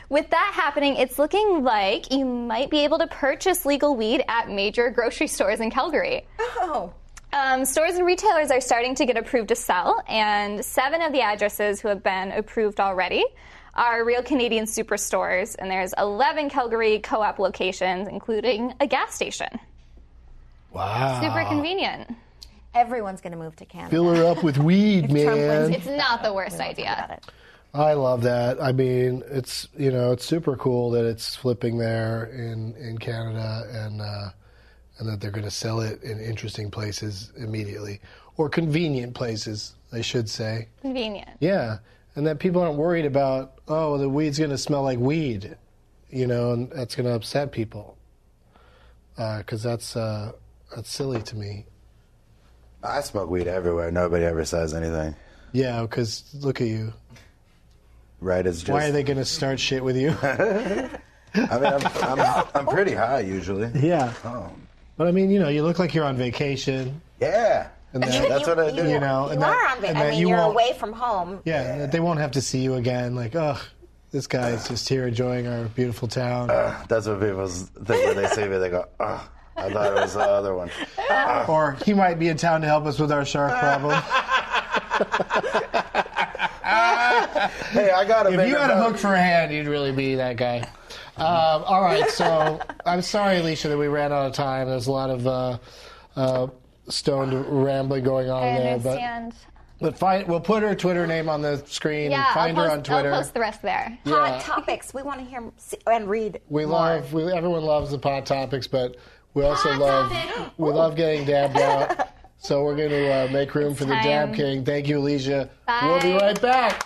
Speaker 6: With that happening, it's looking like you might be able to purchase legal weed at major grocery stores in Calgary.
Speaker 3: Oh.
Speaker 6: Um, stores and retailers are starting to get approved to sell, and seven of the addresses who have been approved already are real Canadian superstores, and there's 11 Calgary co-op locations, including a gas station.
Speaker 7: Wow.
Speaker 5: Uh,
Speaker 6: Super
Speaker 1: Ah.
Speaker 6: convenient.
Speaker 3: Everyone's going to move to Canada.
Speaker 7: Fill her up with weed,
Speaker 3: Trump wins,
Speaker 7: man.
Speaker 6: It's not the worst
Speaker 3: Got
Speaker 6: idea.
Speaker 3: it.
Speaker 7: I love that. I mean, it's you know, it's super cool that it's flipping there in in Canada, and uh, and that they're going to sell it in interesting places immediately or convenient places, I should say.
Speaker 6: Convenient.
Speaker 7: Yeah, and that people aren't worried about oh, the weed's going to smell like weed, you know, and that's going to upset people because that's uh, that's silly to me.
Speaker 4: I smoke weed everywhere. Nobody ever says anything.
Speaker 7: Yeah, because look at you.
Speaker 4: Right? It's just.
Speaker 7: Why are they going to start shit with you?
Speaker 4: I mean, I'm, I'm, I'm pretty high usually.
Speaker 7: yeah.
Speaker 4: Oh.
Speaker 7: But I mean, you know, you look like you're on vacation.
Speaker 4: Yeah. That's what I do.
Speaker 7: You know,
Speaker 3: you
Speaker 7: and
Speaker 3: are
Speaker 7: that-
Speaker 3: on. va-
Speaker 7: and
Speaker 3: I
Speaker 7: that
Speaker 3: mean,
Speaker 7: you
Speaker 3: you are
Speaker 7: won't-
Speaker 3: away from home.
Speaker 7: Yeah, that they won't have to see you again. Like, ugh,
Speaker 5: This guy is just here enjoying our beautiful town.
Speaker 4: That's what people s- think when they see me. They go, oh, I thought it was the other one.
Speaker 5: or he might be in town to help us with our shark problem.
Speaker 4: Hey, I got a
Speaker 5: if you had a hook for a hand, you'd really be that guy. Um, all right, so I'm sorry, Alicia, that we ran out of time. There's a lot of uh, uh, stoned rambling going on
Speaker 6: I
Speaker 5: there,
Speaker 6: understand.
Speaker 5: but but find, we'll put her Twitter name on the screen.
Speaker 6: yeah,
Speaker 5: and find
Speaker 6: I'll,
Speaker 5: her
Speaker 6: post,
Speaker 5: on Twitter.
Speaker 6: I'll post the rest there.
Speaker 3: Hot topics. We want to hear see- and read.
Speaker 5: we
Speaker 3: more.
Speaker 5: love we, everyone loves the pot topics, but we also
Speaker 6: Pot
Speaker 5: love
Speaker 6: topic.
Speaker 5: we love getting dabbed out. So we're going to uh, make room for the dab
Speaker 6: time.
Speaker 5: king. Thank you, Alicia. We'll be
Speaker 6: Bye.
Speaker 5: right back.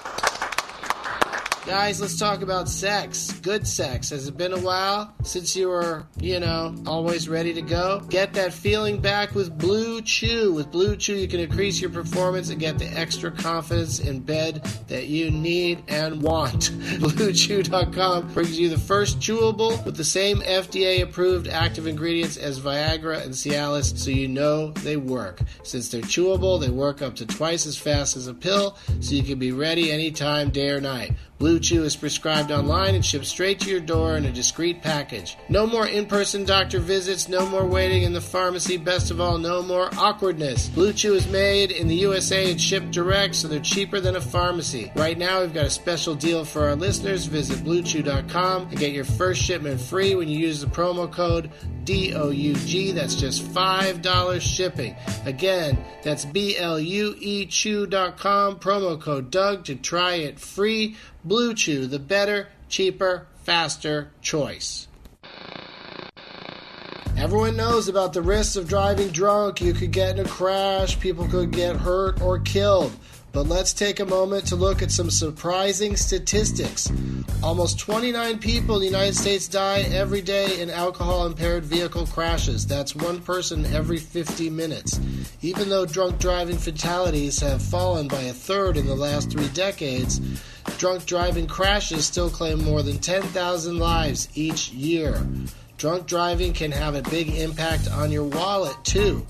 Speaker 5: Guys, let's talk about sex. Good sex. Has it been a while since you were, you know, always ready to go? Get that feeling back with Blue Chew. With Blue Chew, you can increase your performance and get the extra confidence in bed that you need and want. BlueChew.com brings you the first chewable with the same FDA approved active ingredients as Viagra and Cialis, so you know they work. Since they're chewable, they work up to twice as fast as a pill, so you can be ready anytime, day or night. Blue Chew is prescribed online and shipped straight to your door in a discreet package. No more in person doctor visits, no more waiting in the pharmacy, best of all, no more awkwardness. Blue Chew is made in the USA and shipped direct, so they're cheaper than a pharmacy. Right now, we've got a special deal for our listeners. Visit bluechew.com and get your first shipment free when you use the promo code DOUG. That's just $5 shipping. Again, that's B L U E Chew.com, promo code Doug to try it free. Blue Chew, the better, cheaper, faster choice. Everyone knows about the risks of driving drunk. You could get in a crash, people could get hurt or killed. But let's take a moment to look at some surprising statistics. Almost 29 people in the United States die every day in alcohol impaired vehicle crashes. That's one person every 50 minutes. Even though drunk driving fatalities have fallen by a third in the last three decades, drunk driving crashes still claim more than 10,000 lives each year. Drunk driving can have a big impact on your wallet, too.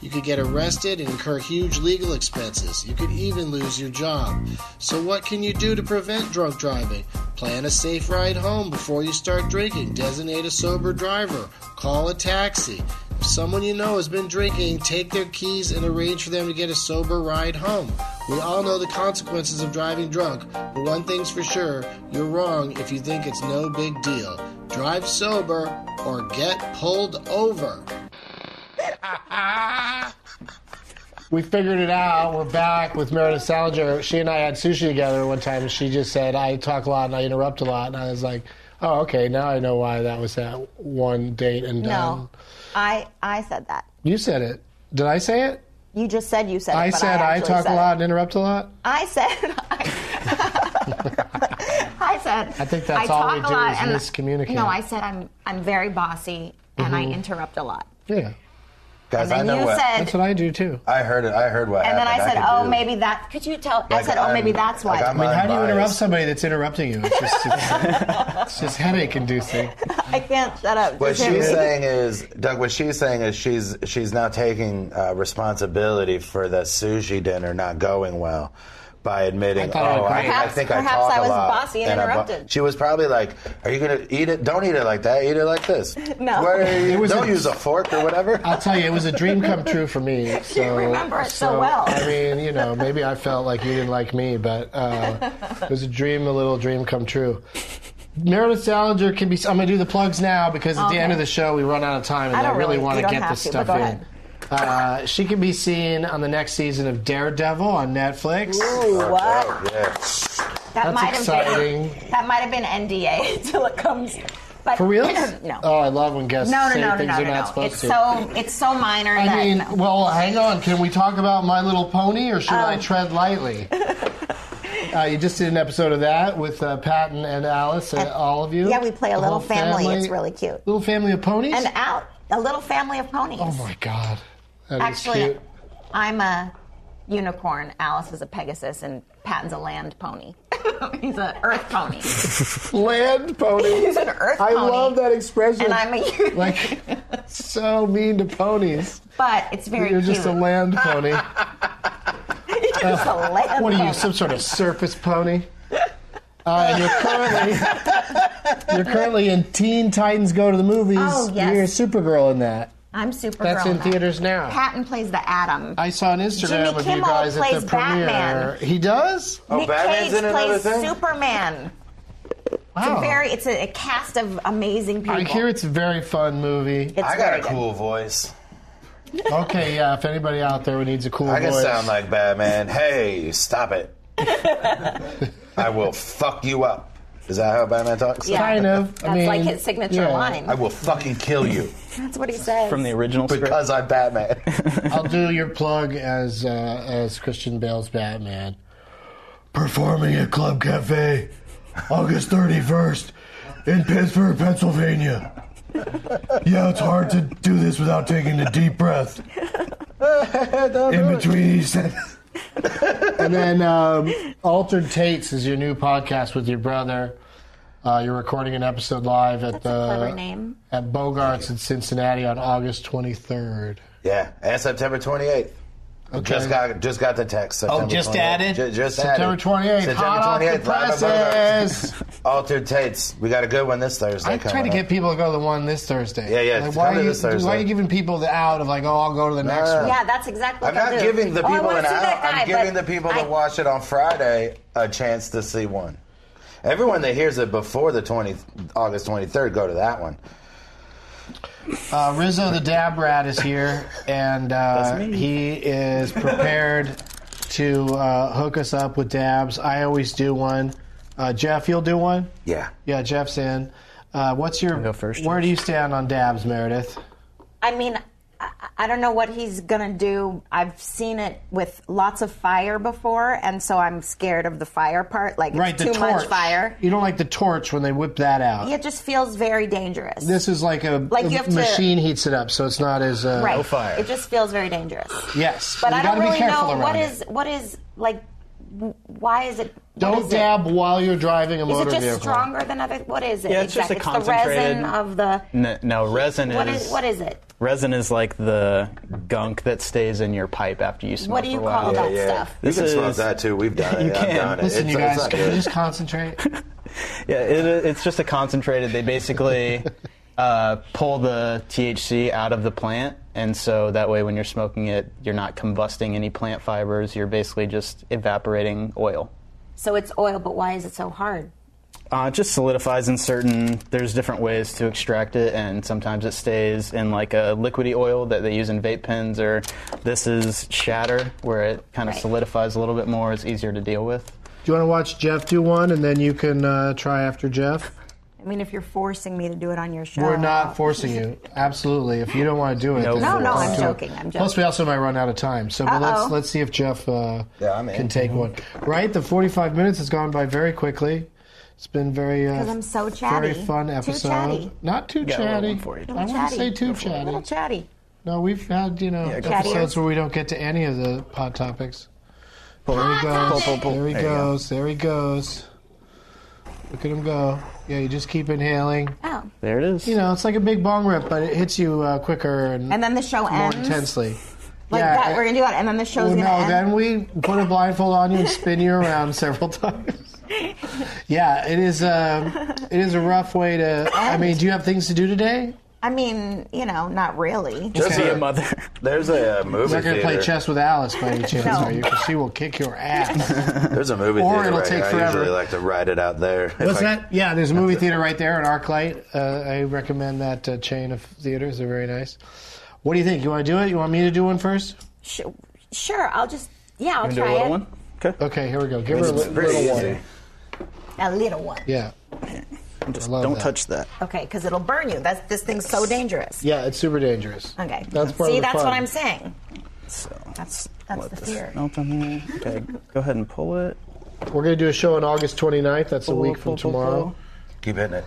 Speaker 5: You could get arrested and incur huge legal expenses. You could even lose your job. So, what can you do to prevent drunk driving? Plan a safe ride home before you start drinking. Designate a sober driver. Call a taxi. If someone you know has been drinking, take their keys and arrange for them to get a sober ride home. We all know the consequences of driving drunk, but one thing's for sure you're wrong if you think it's no big deal. Drive sober or get pulled over. we figured it out. We're back with Meredith Salinger. She and I had sushi together one time, and she just said, I talk a lot and I interrupt a lot. And I was like, oh, okay, now I know why that was that one date and done.
Speaker 3: No, I I said that.
Speaker 5: You said it. Did I say it?
Speaker 3: You just said you said.
Speaker 5: I
Speaker 3: it, but
Speaker 5: said I,
Speaker 3: actually
Speaker 5: talk
Speaker 3: said
Speaker 5: a
Speaker 3: it.
Speaker 5: lot and interrupt a lot.
Speaker 3: I said. I, I said. I
Speaker 5: think that's all
Speaker 3: talk
Speaker 5: we
Speaker 3: a
Speaker 5: do
Speaker 3: lot
Speaker 5: is
Speaker 3: and-
Speaker 5: miscommunicate.
Speaker 3: No, I said I'm I'm very bossy and I interrupt a lot.
Speaker 5: Yeah,
Speaker 4: Guys, I
Speaker 3: And
Speaker 4: know
Speaker 3: you
Speaker 4: what.
Speaker 3: said,
Speaker 5: that's what I do too.
Speaker 4: I heard it. I heard what
Speaker 3: and then I
Speaker 4: happened.
Speaker 3: said,
Speaker 4: could
Speaker 3: oh,
Speaker 4: do-
Speaker 3: maybe that. Could you tell? I
Speaker 4: Like,
Speaker 3: said, oh,
Speaker 4: I'm-
Speaker 3: maybe that's why.
Speaker 4: like, I'm
Speaker 5: How do you
Speaker 4: unbiased.
Speaker 5: interrupt somebody that's interrupting you? It's just it's, it's just headache inducing.
Speaker 3: I can't shut up.
Speaker 4: What
Speaker 3: Just hear
Speaker 4: she's
Speaker 3: me.
Speaker 4: saying is, Doug. What she's saying is, she's she's now taking uh, responsibility for the sushi dinner not going well by admitting,
Speaker 5: I
Speaker 4: oh,
Speaker 5: thought
Speaker 4: I,
Speaker 5: I
Speaker 4: I
Speaker 3: Perhaps-
Speaker 4: think I
Speaker 3: perhaps
Speaker 4: talk
Speaker 3: I
Speaker 4: a
Speaker 3: was
Speaker 4: lot.
Speaker 3: bossy and
Speaker 4: I bu-
Speaker 3: interrupted.
Speaker 4: she was probably like, "Are you gonna eat it? Don't eat it like that. Eat it like this.
Speaker 3: No.
Speaker 4: Where are you-
Speaker 5: It was
Speaker 4: don't
Speaker 5: a-
Speaker 4: use a fork or whatever."
Speaker 5: I'll tell you, it was a dream come true for me. So,
Speaker 3: remember it so well.
Speaker 5: I mean, you know, maybe I felt like you didn't like me, but uh, it was a dream, a little dream come true. Meredith Salinger can be. I'm going to do the plugs now because at
Speaker 3: Okay.
Speaker 5: the end of the show we run out of time, and
Speaker 3: I
Speaker 5: I,
Speaker 3: don't
Speaker 5: really,
Speaker 3: really-
Speaker 5: want
Speaker 3: you
Speaker 5: to
Speaker 3: don't
Speaker 5: get
Speaker 3: have
Speaker 5: this
Speaker 3: to, but
Speaker 5: stuff
Speaker 3: go
Speaker 5: in.
Speaker 3: ahead.
Speaker 5: Uh, she can be seen on the next season of Daredevil on Netflix.
Speaker 3: Ooh, what?
Speaker 4: Oh, yeah.
Speaker 3: That
Speaker 5: That's
Speaker 3: might Have
Speaker 5: exciting.
Speaker 3: been, that might have been NDA until it comes. But,
Speaker 5: For real?
Speaker 3: no.
Speaker 5: Oh, I love when guests
Speaker 3: no, no,
Speaker 5: say
Speaker 3: no, no,
Speaker 5: things
Speaker 3: no,
Speaker 5: they're
Speaker 3: no,
Speaker 5: not
Speaker 3: no.
Speaker 5: supposed
Speaker 3: It's
Speaker 5: to.
Speaker 3: so it's so minor that.
Speaker 5: I mean,
Speaker 3: no. Um.
Speaker 5: well, hang on. Can we talk about My Little Pony, or should I tread lightly? uh, you just did an episode of that with uh, Patton and Alice, and all of you.
Speaker 3: Uh, yeah, we play a
Speaker 5: The
Speaker 3: little
Speaker 5: whole
Speaker 3: family. It's really cute.
Speaker 5: Little family of ponies.
Speaker 3: And out a little family of ponies.
Speaker 5: oh my god, that is
Speaker 3: Actually,
Speaker 5: cute.
Speaker 3: I'm a unicorn. Alice is a Pegasus, and Patton's a land pony. He's an earth pony.
Speaker 5: Land pony.
Speaker 3: He's an earth
Speaker 5: I
Speaker 3: pony.
Speaker 5: love that expression.
Speaker 7: Oh.
Speaker 3: And I'm a unicorn.
Speaker 5: like so mean to ponies.
Speaker 3: but it's very
Speaker 5: You're
Speaker 3: cute.
Speaker 5: just a land pony.
Speaker 3: Just a land
Speaker 5: What are
Speaker 7: uh,
Speaker 3: pony.
Speaker 5: you, some sort of surface pony?
Speaker 7: Uh, and you're currently you're currently in Teen Titans Go to the Movies.
Speaker 3: Oh, yes.
Speaker 7: You're Supergirl in that.
Speaker 3: I'm Supergirl.
Speaker 7: That's in
Speaker 3: now.
Speaker 7: theaters now.
Speaker 3: Patton plays the Atom.
Speaker 7: I saw an Instagram
Speaker 3: Jimmy
Speaker 7: of you
Speaker 3: Kimmel
Speaker 7: guys at
Speaker 3: plays
Speaker 7: the premiere.
Speaker 3: Batman.
Speaker 7: He does?
Speaker 4: Oh.
Speaker 3: Nick
Speaker 4: Batman's
Speaker 3: Cage
Speaker 4: in another
Speaker 3: plays
Speaker 4: thing?
Speaker 3: Superman.
Speaker 7: wow.
Speaker 3: Very, it's a, a cast of amazing people.
Speaker 7: I hear it's a very fun movie.
Speaker 3: It's
Speaker 4: I got
Speaker 3: very
Speaker 4: a
Speaker 3: good.
Speaker 4: cool voice.
Speaker 7: Okay, yeah. If anybody out there who needs a cool
Speaker 4: I can
Speaker 7: voice,
Speaker 4: sound like Batman. Hey, stop it. I will fuck you up. Is that how Batman talks?
Speaker 3: Yeah.
Speaker 7: kind of. I
Speaker 3: That's
Speaker 7: mean,
Speaker 3: like his signature
Speaker 7: yeah.
Speaker 3: line.
Speaker 4: I will fucking kill you
Speaker 3: That's what he says.
Speaker 8: from the original script.
Speaker 4: because I'm Batman.
Speaker 7: I'll do your plug as uh, as Christian Bale's Batman, performing at Club Cafe, August thirty first, in Pittsburgh, Pennsylvania. Yeah, it's hard to do this without taking a deep breath in between each sentence. And then um, Altered Tates is your new podcast with your brother. Uh, you're recording an episode live at
Speaker 3: That's a clever
Speaker 7: the
Speaker 3: name.
Speaker 7: at Bogarts in Cincinnati on August 23rd.
Speaker 4: yeah, and September 28th. Just got just got the text. September
Speaker 8: just
Speaker 4: 28th.
Speaker 8: added?
Speaker 4: Ju- just
Speaker 7: Oh, September
Speaker 4: added.
Speaker 7: 28th. hot off the
Speaker 4: live at Bogart's.
Speaker 7: presses.
Speaker 4: Altered Tates. We got a good one this Thursday.
Speaker 7: I try to
Speaker 4: coming up.
Speaker 7: get people to go to the one this Thursday.
Speaker 4: Yeah, yeah,
Speaker 7: Like,
Speaker 4: it's
Speaker 7: why,
Speaker 4: coming
Speaker 7: are you,
Speaker 4: this Thursday.
Speaker 7: why are you giving people the out of like, oh, I'll go to the next
Speaker 4: no,
Speaker 7: one?
Speaker 4: no.
Speaker 3: yeah, that's exactly
Speaker 4: I'm
Speaker 3: what
Speaker 4: not
Speaker 3: I'll do.
Speaker 4: giving the
Speaker 3: Oh, I
Speaker 4: people
Speaker 3: wanna
Speaker 4: an
Speaker 3: see
Speaker 4: out.
Speaker 3: that guy,
Speaker 4: I'm giving the
Speaker 3: but
Speaker 4: people
Speaker 3: I-
Speaker 4: that watch it on Friday a chance to see one. Everyone that hears it before the 20, August 23rd, go to that one.
Speaker 7: Uh, Rizzo the Dab Rat is here, and uh, he is prepared to uh, hook us up with dabs. I always do one. Uh, Jeff, you'll do one?
Speaker 4: Yeah.
Speaker 7: Yeah, Jeff's in. Uh, what's your.
Speaker 8: go first,
Speaker 7: where do you stand on dabs, Meredith?
Speaker 3: I mean, I, I don't know what he's gonna do. I've seen it with lots of fire before, and so I'm scared of the fire part. Like
Speaker 7: Right,
Speaker 3: it's
Speaker 7: the
Speaker 3: too much
Speaker 7: torch.
Speaker 3: fire.
Speaker 7: You don't like the torch when they whip that out.
Speaker 3: It just feels very dangerous.
Speaker 7: This is like a,
Speaker 3: Like
Speaker 7: a
Speaker 3: you have to-
Speaker 7: machine heats it up, so it's not as uh,
Speaker 3: right.
Speaker 8: fire.
Speaker 3: It just feels very dangerous.
Speaker 7: yes.
Speaker 3: But
Speaker 7: you
Speaker 3: I
Speaker 7: gotta
Speaker 3: don't really
Speaker 7: be careful
Speaker 3: know
Speaker 7: around
Speaker 3: what
Speaker 7: it.
Speaker 3: is what is like. w- Why is it? what
Speaker 7: Don't
Speaker 3: is it?
Speaker 7: dab while you're driving a
Speaker 3: Is
Speaker 7: motor
Speaker 3: it just
Speaker 7: vehicle.
Speaker 3: stronger than other? What is it?
Speaker 8: Yeah, it's just
Speaker 3: exactly?
Speaker 8: a
Speaker 3: the
Speaker 8: concentrated-
Speaker 3: resin of the.
Speaker 8: No, no, resin
Speaker 3: What
Speaker 8: is,
Speaker 3: is what is it?
Speaker 8: resin is like the gunk that stays in your pipe after you smoke
Speaker 3: What do you
Speaker 8: for a while.
Speaker 3: call
Speaker 4: Yeah,
Speaker 3: that
Speaker 4: yeah.
Speaker 3: stuff?
Speaker 4: You
Speaker 8: This
Speaker 4: can smoke
Speaker 8: is-
Speaker 4: that too. We've done it.
Speaker 8: You
Speaker 4: I've
Speaker 8: can.
Speaker 4: done it.
Speaker 7: Listen,
Speaker 4: it's,
Speaker 7: you guys,
Speaker 4: it's
Speaker 7: can you
Speaker 4: good.
Speaker 7: just concentrate?
Speaker 8: Yeah, it, it's just a concentrated. They basically uh, pull the THC out of the plant, and so that way, when you're smoking it, you're not combusting any plant fibers. You're basically just evaporating oil.
Speaker 3: So it's oil, but why is it so hard?
Speaker 8: Uh, it just solidifies in certain. There's different ways to extract it, and sometimes it stays in like a liquidy oil that they use in vape pens, or this is shatter, where it kind of
Speaker 3: Right.
Speaker 8: solidifies a little bit more. It's easier to deal with.
Speaker 7: Do you want to watch Jeff do one, and then you can uh, try after Jeff?
Speaker 3: I mean, if you're forcing me to do it on your show,
Speaker 7: We're not forcing you. Absolutely. If you don't want to do it,
Speaker 8: No
Speaker 7: then
Speaker 8: No,
Speaker 7: we'll
Speaker 8: no,
Speaker 7: go
Speaker 8: I'm
Speaker 7: to it.
Speaker 3: joking, I'm
Speaker 7: Plus, we
Speaker 3: joking.
Speaker 7: also might run out of time, so but
Speaker 3: Uh-oh.
Speaker 7: let's let's see if Jeff uh,
Speaker 4: Yeah, I'm in.
Speaker 7: can take one. Right, the 45 minutes has gone by very quickly. It's been very uh,
Speaker 3: 'Cause I'm so chatty.
Speaker 7: very fun
Speaker 3: Too
Speaker 7: episode.
Speaker 3: chatty.
Speaker 7: Not too
Speaker 8: Got a little
Speaker 7: chatty.
Speaker 8: one for you.
Speaker 7: I wouldn't
Speaker 3: Chatty.
Speaker 7: say
Speaker 3: A
Speaker 7: too
Speaker 3: little
Speaker 7: chatty.
Speaker 3: chatty.
Speaker 7: No, we've had you know
Speaker 8: go
Speaker 7: episodes
Speaker 3: for it.
Speaker 7: where we don't get to any of the hot topics. There he
Speaker 3: Hot
Speaker 7: goes.
Speaker 3: topic.
Speaker 7: There he
Speaker 8: There you go.
Speaker 7: goes. There he goes. Look at him go. Yeah, you just keep inhaling.
Speaker 3: Oh,
Speaker 8: There it is.
Speaker 7: You know, it's like a big bong rip, but it hits you uh, quicker and,
Speaker 3: and then the show
Speaker 7: more
Speaker 3: ends
Speaker 7: intensely.
Speaker 3: like
Speaker 7: yeah,
Speaker 3: that.
Speaker 7: uh,
Speaker 3: We're gonna do that, and then the show's
Speaker 7: Well,
Speaker 3: gonna
Speaker 7: no,
Speaker 3: end.
Speaker 7: then we put a blindfold on you and spin you around several times. Yeah, it is. Uh, it is a rough way to. I mean, do you have things to do today?
Speaker 3: I mean, you know, not really.
Speaker 4: There's
Speaker 8: Be
Speaker 4: a-
Speaker 8: a mother.
Speaker 4: There's a uh, movie
Speaker 7: You're not going to play
Speaker 4: theater.
Speaker 7: chess with Alice by any chance,
Speaker 3: No.
Speaker 7: are you? 'Cause she will kick your ass.
Speaker 4: There's a movie
Speaker 7: Or
Speaker 4: theater.
Speaker 7: it'll
Speaker 4: right
Speaker 7: take
Speaker 4: here. I
Speaker 7: forever.
Speaker 4: usually like to write it out there. If
Speaker 7: What's
Speaker 4: I-
Speaker 7: that? Yeah, there's a movie theater right there in ArcLight. Uh, I recommend that uh, chain of theaters. They're very nice. What do you think? You want to do it? You want me to do one first?
Speaker 3: Sh- sure, I'll just yeah, I'll
Speaker 8: Wanna do
Speaker 3: try
Speaker 8: a little
Speaker 3: it.
Speaker 8: one. Okay.
Speaker 7: Okay, here we go. Give her a
Speaker 4: It's
Speaker 7: little,
Speaker 4: pretty
Speaker 7: little
Speaker 4: easy.
Speaker 7: one.
Speaker 3: A little one.
Speaker 7: Yeah,
Speaker 8: Just
Speaker 7: love
Speaker 8: don't
Speaker 7: that.
Speaker 8: touch that.
Speaker 3: Okay, because it'll burn you. That's this thing's so dangerous.
Speaker 7: yeah, it's super dangerous.
Speaker 3: Okay.
Speaker 7: that's part
Speaker 3: See,
Speaker 7: of the
Speaker 3: that's
Speaker 7: fun.
Speaker 3: what I'm saying.
Speaker 8: So
Speaker 3: That's that's
Speaker 8: let
Speaker 3: the
Speaker 8: this
Speaker 3: fear.
Speaker 8: melt on there. Okay, go ahead and pull it.
Speaker 7: We're going to do a show on August 29th. That's a
Speaker 8: Pull,
Speaker 7: week from
Speaker 8: pull, pull,
Speaker 7: tomorrow.
Speaker 8: pull.
Speaker 4: Keep hitting it.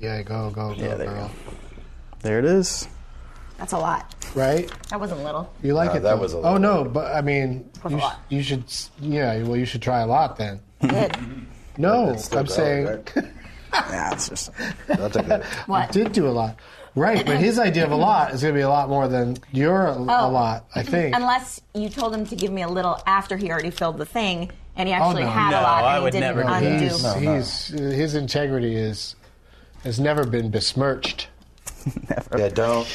Speaker 7: Yeah, go, go, go,
Speaker 8: Yeah, there you
Speaker 7: girl.
Speaker 8: There it is.
Speaker 3: That's a lot.
Speaker 7: Right?
Speaker 3: That wasn't little.
Speaker 7: You like
Speaker 4: No,
Speaker 7: it?
Speaker 4: that
Speaker 7: though.
Speaker 4: was a
Speaker 7: Oh
Speaker 4: little-
Speaker 7: no, but I mean,
Speaker 3: was
Speaker 7: you,
Speaker 3: a
Speaker 7: sh-
Speaker 3: lot.
Speaker 7: you should. s- Yeah, well, you should try a lot then.
Speaker 3: Good.
Speaker 7: No,
Speaker 4: It's still
Speaker 7: oh, I'm
Speaker 4: going,
Speaker 7: saying
Speaker 4: right?
Speaker 8: Yeah, it's just.
Speaker 4: That's a good.
Speaker 7: I did do a lot. Right, but his idea of a lot is going to be a lot more than
Speaker 3: Oh.
Speaker 7: your a, a lot. I think.
Speaker 3: Unless you told him to give me a little after he already filled the thing, And he actually
Speaker 1: no.
Speaker 3: had
Speaker 8: No,
Speaker 3: a lot,
Speaker 8: I
Speaker 3: and he
Speaker 8: would
Speaker 3: didn't
Speaker 8: never do
Speaker 3: undo.
Speaker 8: that.
Speaker 1: He's, he's, his integrity is has never been besmirched.
Speaker 4: Yeah, don't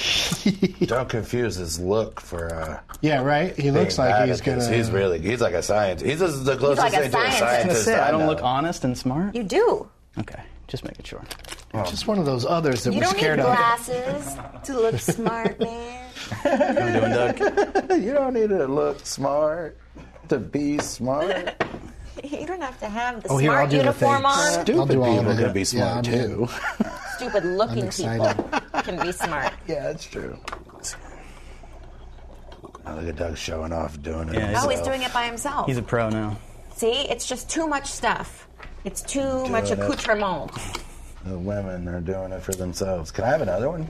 Speaker 4: don't confuse his look for. Uh,
Speaker 1: Yeah, right. He looks
Speaker 4: being
Speaker 1: like
Speaker 4: bad
Speaker 1: he's
Speaker 4: at this.
Speaker 1: gonna.
Speaker 4: He's really. He's like a scientist. He's just the closest
Speaker 3: like a
Speaker 4: thing to a
Speaker 3: scientist.
Speaker 8: I was
Speaker 4: scientist.
Speaker 8: gonna say, I don't
Speaker 4: know.
Speaker 8: look honest and smart.
Speaker 3: You do.
Speaker 8: Okay, just making sure.
Speaker 1: just one of those others that
Speaker 3: You
Speaker 1: we're
Speaker 3: don't need
Speaker 1: scared of.
Speaker 3: glasses to look smart, man.
Speaker 8: How you doing, Doug?
Speaker 4: You don't need to look smart to be smart.
Speaker 3: You don't have to have the
Speaker 1: Oh, here, I'll
Speaker 3: smart
Speaker 1: do the thing.
Speaker 3: uniform on.
Speaker 1: I'll
Speaker 4: Stupid
Speaker 1: do all of
Speaker 4: people
Speaker 1: it.
Speaker 4: can be
Speaker 1: Yeah,
Speaker 4: smart
Speaker 1: I'm in.
Speaker 4: too.
Speaker 3: Stupid looking people
Speaker 1: excited.
Speaker 3: can be smart.
Speaker 4: yeah, that's true. Now look at Doug showing off, doing it.
Speaker 8: Yeah, he's-
Speaker 3: Oh,
Speaker 4: himself.
Speaker 3: he's doing it by himself.
Speaker 8: He's a pro now.
Speaker 3: See, it's just too much stuff. It's too much
Speaker 4: it.
Speaker 3: accoutrement.
Speaker 4: The women are doing it for themselves. Can I have another one?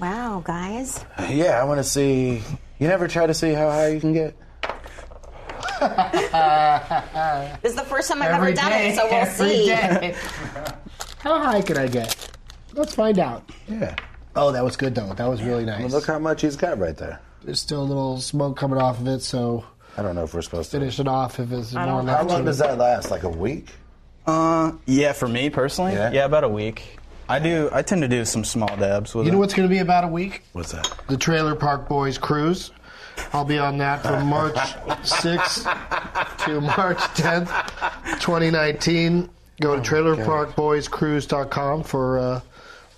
Speaker 3: Wow, guys.
Speaker 4: Yeah, I want to see. You never try to see how high you can get.
Speaker 3: This is the first time I've
Speaker 1: Every
Speaker 3: ever done
Speaker 1: day,
Speaker 3: it, so we'll
Speaker 1: every
Speaker 3: see.
Speaker 1: day. How high can I get? Let's find out.
Speaker 4: Yeah.
Speaker 1: Oh, that was good though. That was really nice.
Speaker 4: Look how much he's got right there.
Speaker 1: There's still a little smoke coming off of it, so
Speaker 4: I don't know if we're supposed to.
Speaker 1: finish it off if it's more
Speaker 3: don't-
Speaker 1: left.
Speaker 4: How long does that last? Like a week?
Speaker 8: Uh, yeah, for me personally,
Speaker 4: Yeah?
Speaker 8: yeah, about a week. I do. I tend to do some small dabs with
Speaker 1: You
Speaker 8: it.
Speaker 1: know what's going to be about a week?
Speaker 4: What's that?
Speaker 1: The Trailer Park Boys cruise. I'll be on that
Speaker 3: Oh
Speaker 1: from March 6th to March 10th, 2019. Go to trailerparkboyscruise.com for uh,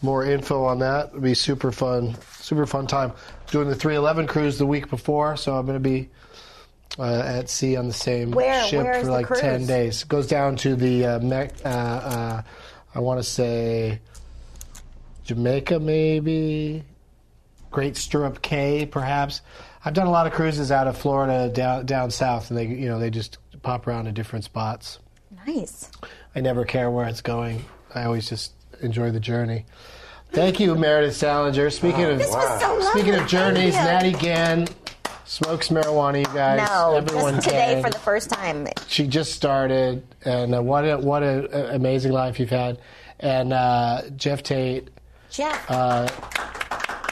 Speaker 1: more info on that. It'll be super fun, super fun time. Doing the 311 cruise the week before, so I'm going to be uh, at sea on the same
Speaker 3: Where-
Speaker 1: ship
Speaker 3: where is
Speaker 1: for
Speaker 3: the
Speaker 1: like 10
Speaker 3: cruise?
Speaker 1: days. Goes down to the, uh, Mec- uh, uh, I want to say Jamaica, maybe. Great Stirrup Cay, perhaps. I've done a lot of cruises out of Florida down down south, and they you know they just pop around to different spots.
Speaker 3: Nice.
Speaker 1: I never care where it's going. I always just enjoy the journey. Thank you, Meredith Salinger. Speaking of
Speaker 3: This was so lovely.
Speaker 1: speaking of
Speaker 3: Thank
Speaker 1: journeys,
Speaker 3: you.
Speaker 1: Natty Gann smokes marijuana. You guys,
Speaker 3: No,
Speaker 1: everyone
Speaker 3: just today
Speaker 1: can.
Speaker 3: for the first time.
Speaker 1: she just started, and uh, what a, what a, a amazing life you've had. And uh, Jeff Tate.
Speaker 3: Jeff,
Speaker 1: So,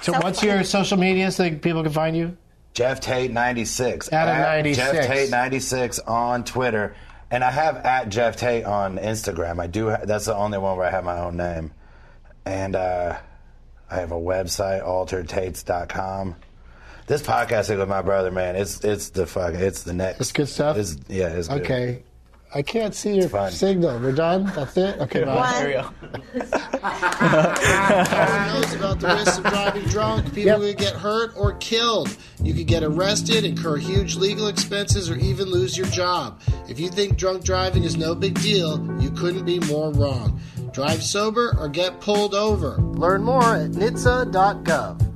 Speaker 3: So
Speaker 1: Uh, what's
Speaker 3: funny.
Speaker 1: your social media so that people can find you?
Speaker 4: Jeff Tate 96.
Speaker 1: At a
Speaker 4: At
Speaker 1: 96.
Speaker 4: Jeff Tate 96 on Twitter. And I have at Jeff Tate on Instagram. I do. Ha- that's the only one where I have my own name. And uh, I have a website, altertates.com. This podcasting with my brother, man, it's it's the fuck, it's the next.
Speaker 1: It's good stuff?
Speaker 4: It's, yeah, it's good.
Speaker 1: Okay. I can't see your
Speaker 4: fine.
Speaker 1: signal. We're done? That's it? Okay, bye.
Speaker 8: There we go.
Speaker 5: knows about the risks of driving drunk.
Speaker 1: Yep.
Speaker 5: People could get hurt or killed. You could get arrested, incur huge legal expenses, or even lose your job. If you think drunk driving is no big deal, you couldn't be more wrong. Drive sober or get pulled over. Learn more at nitsa.gov.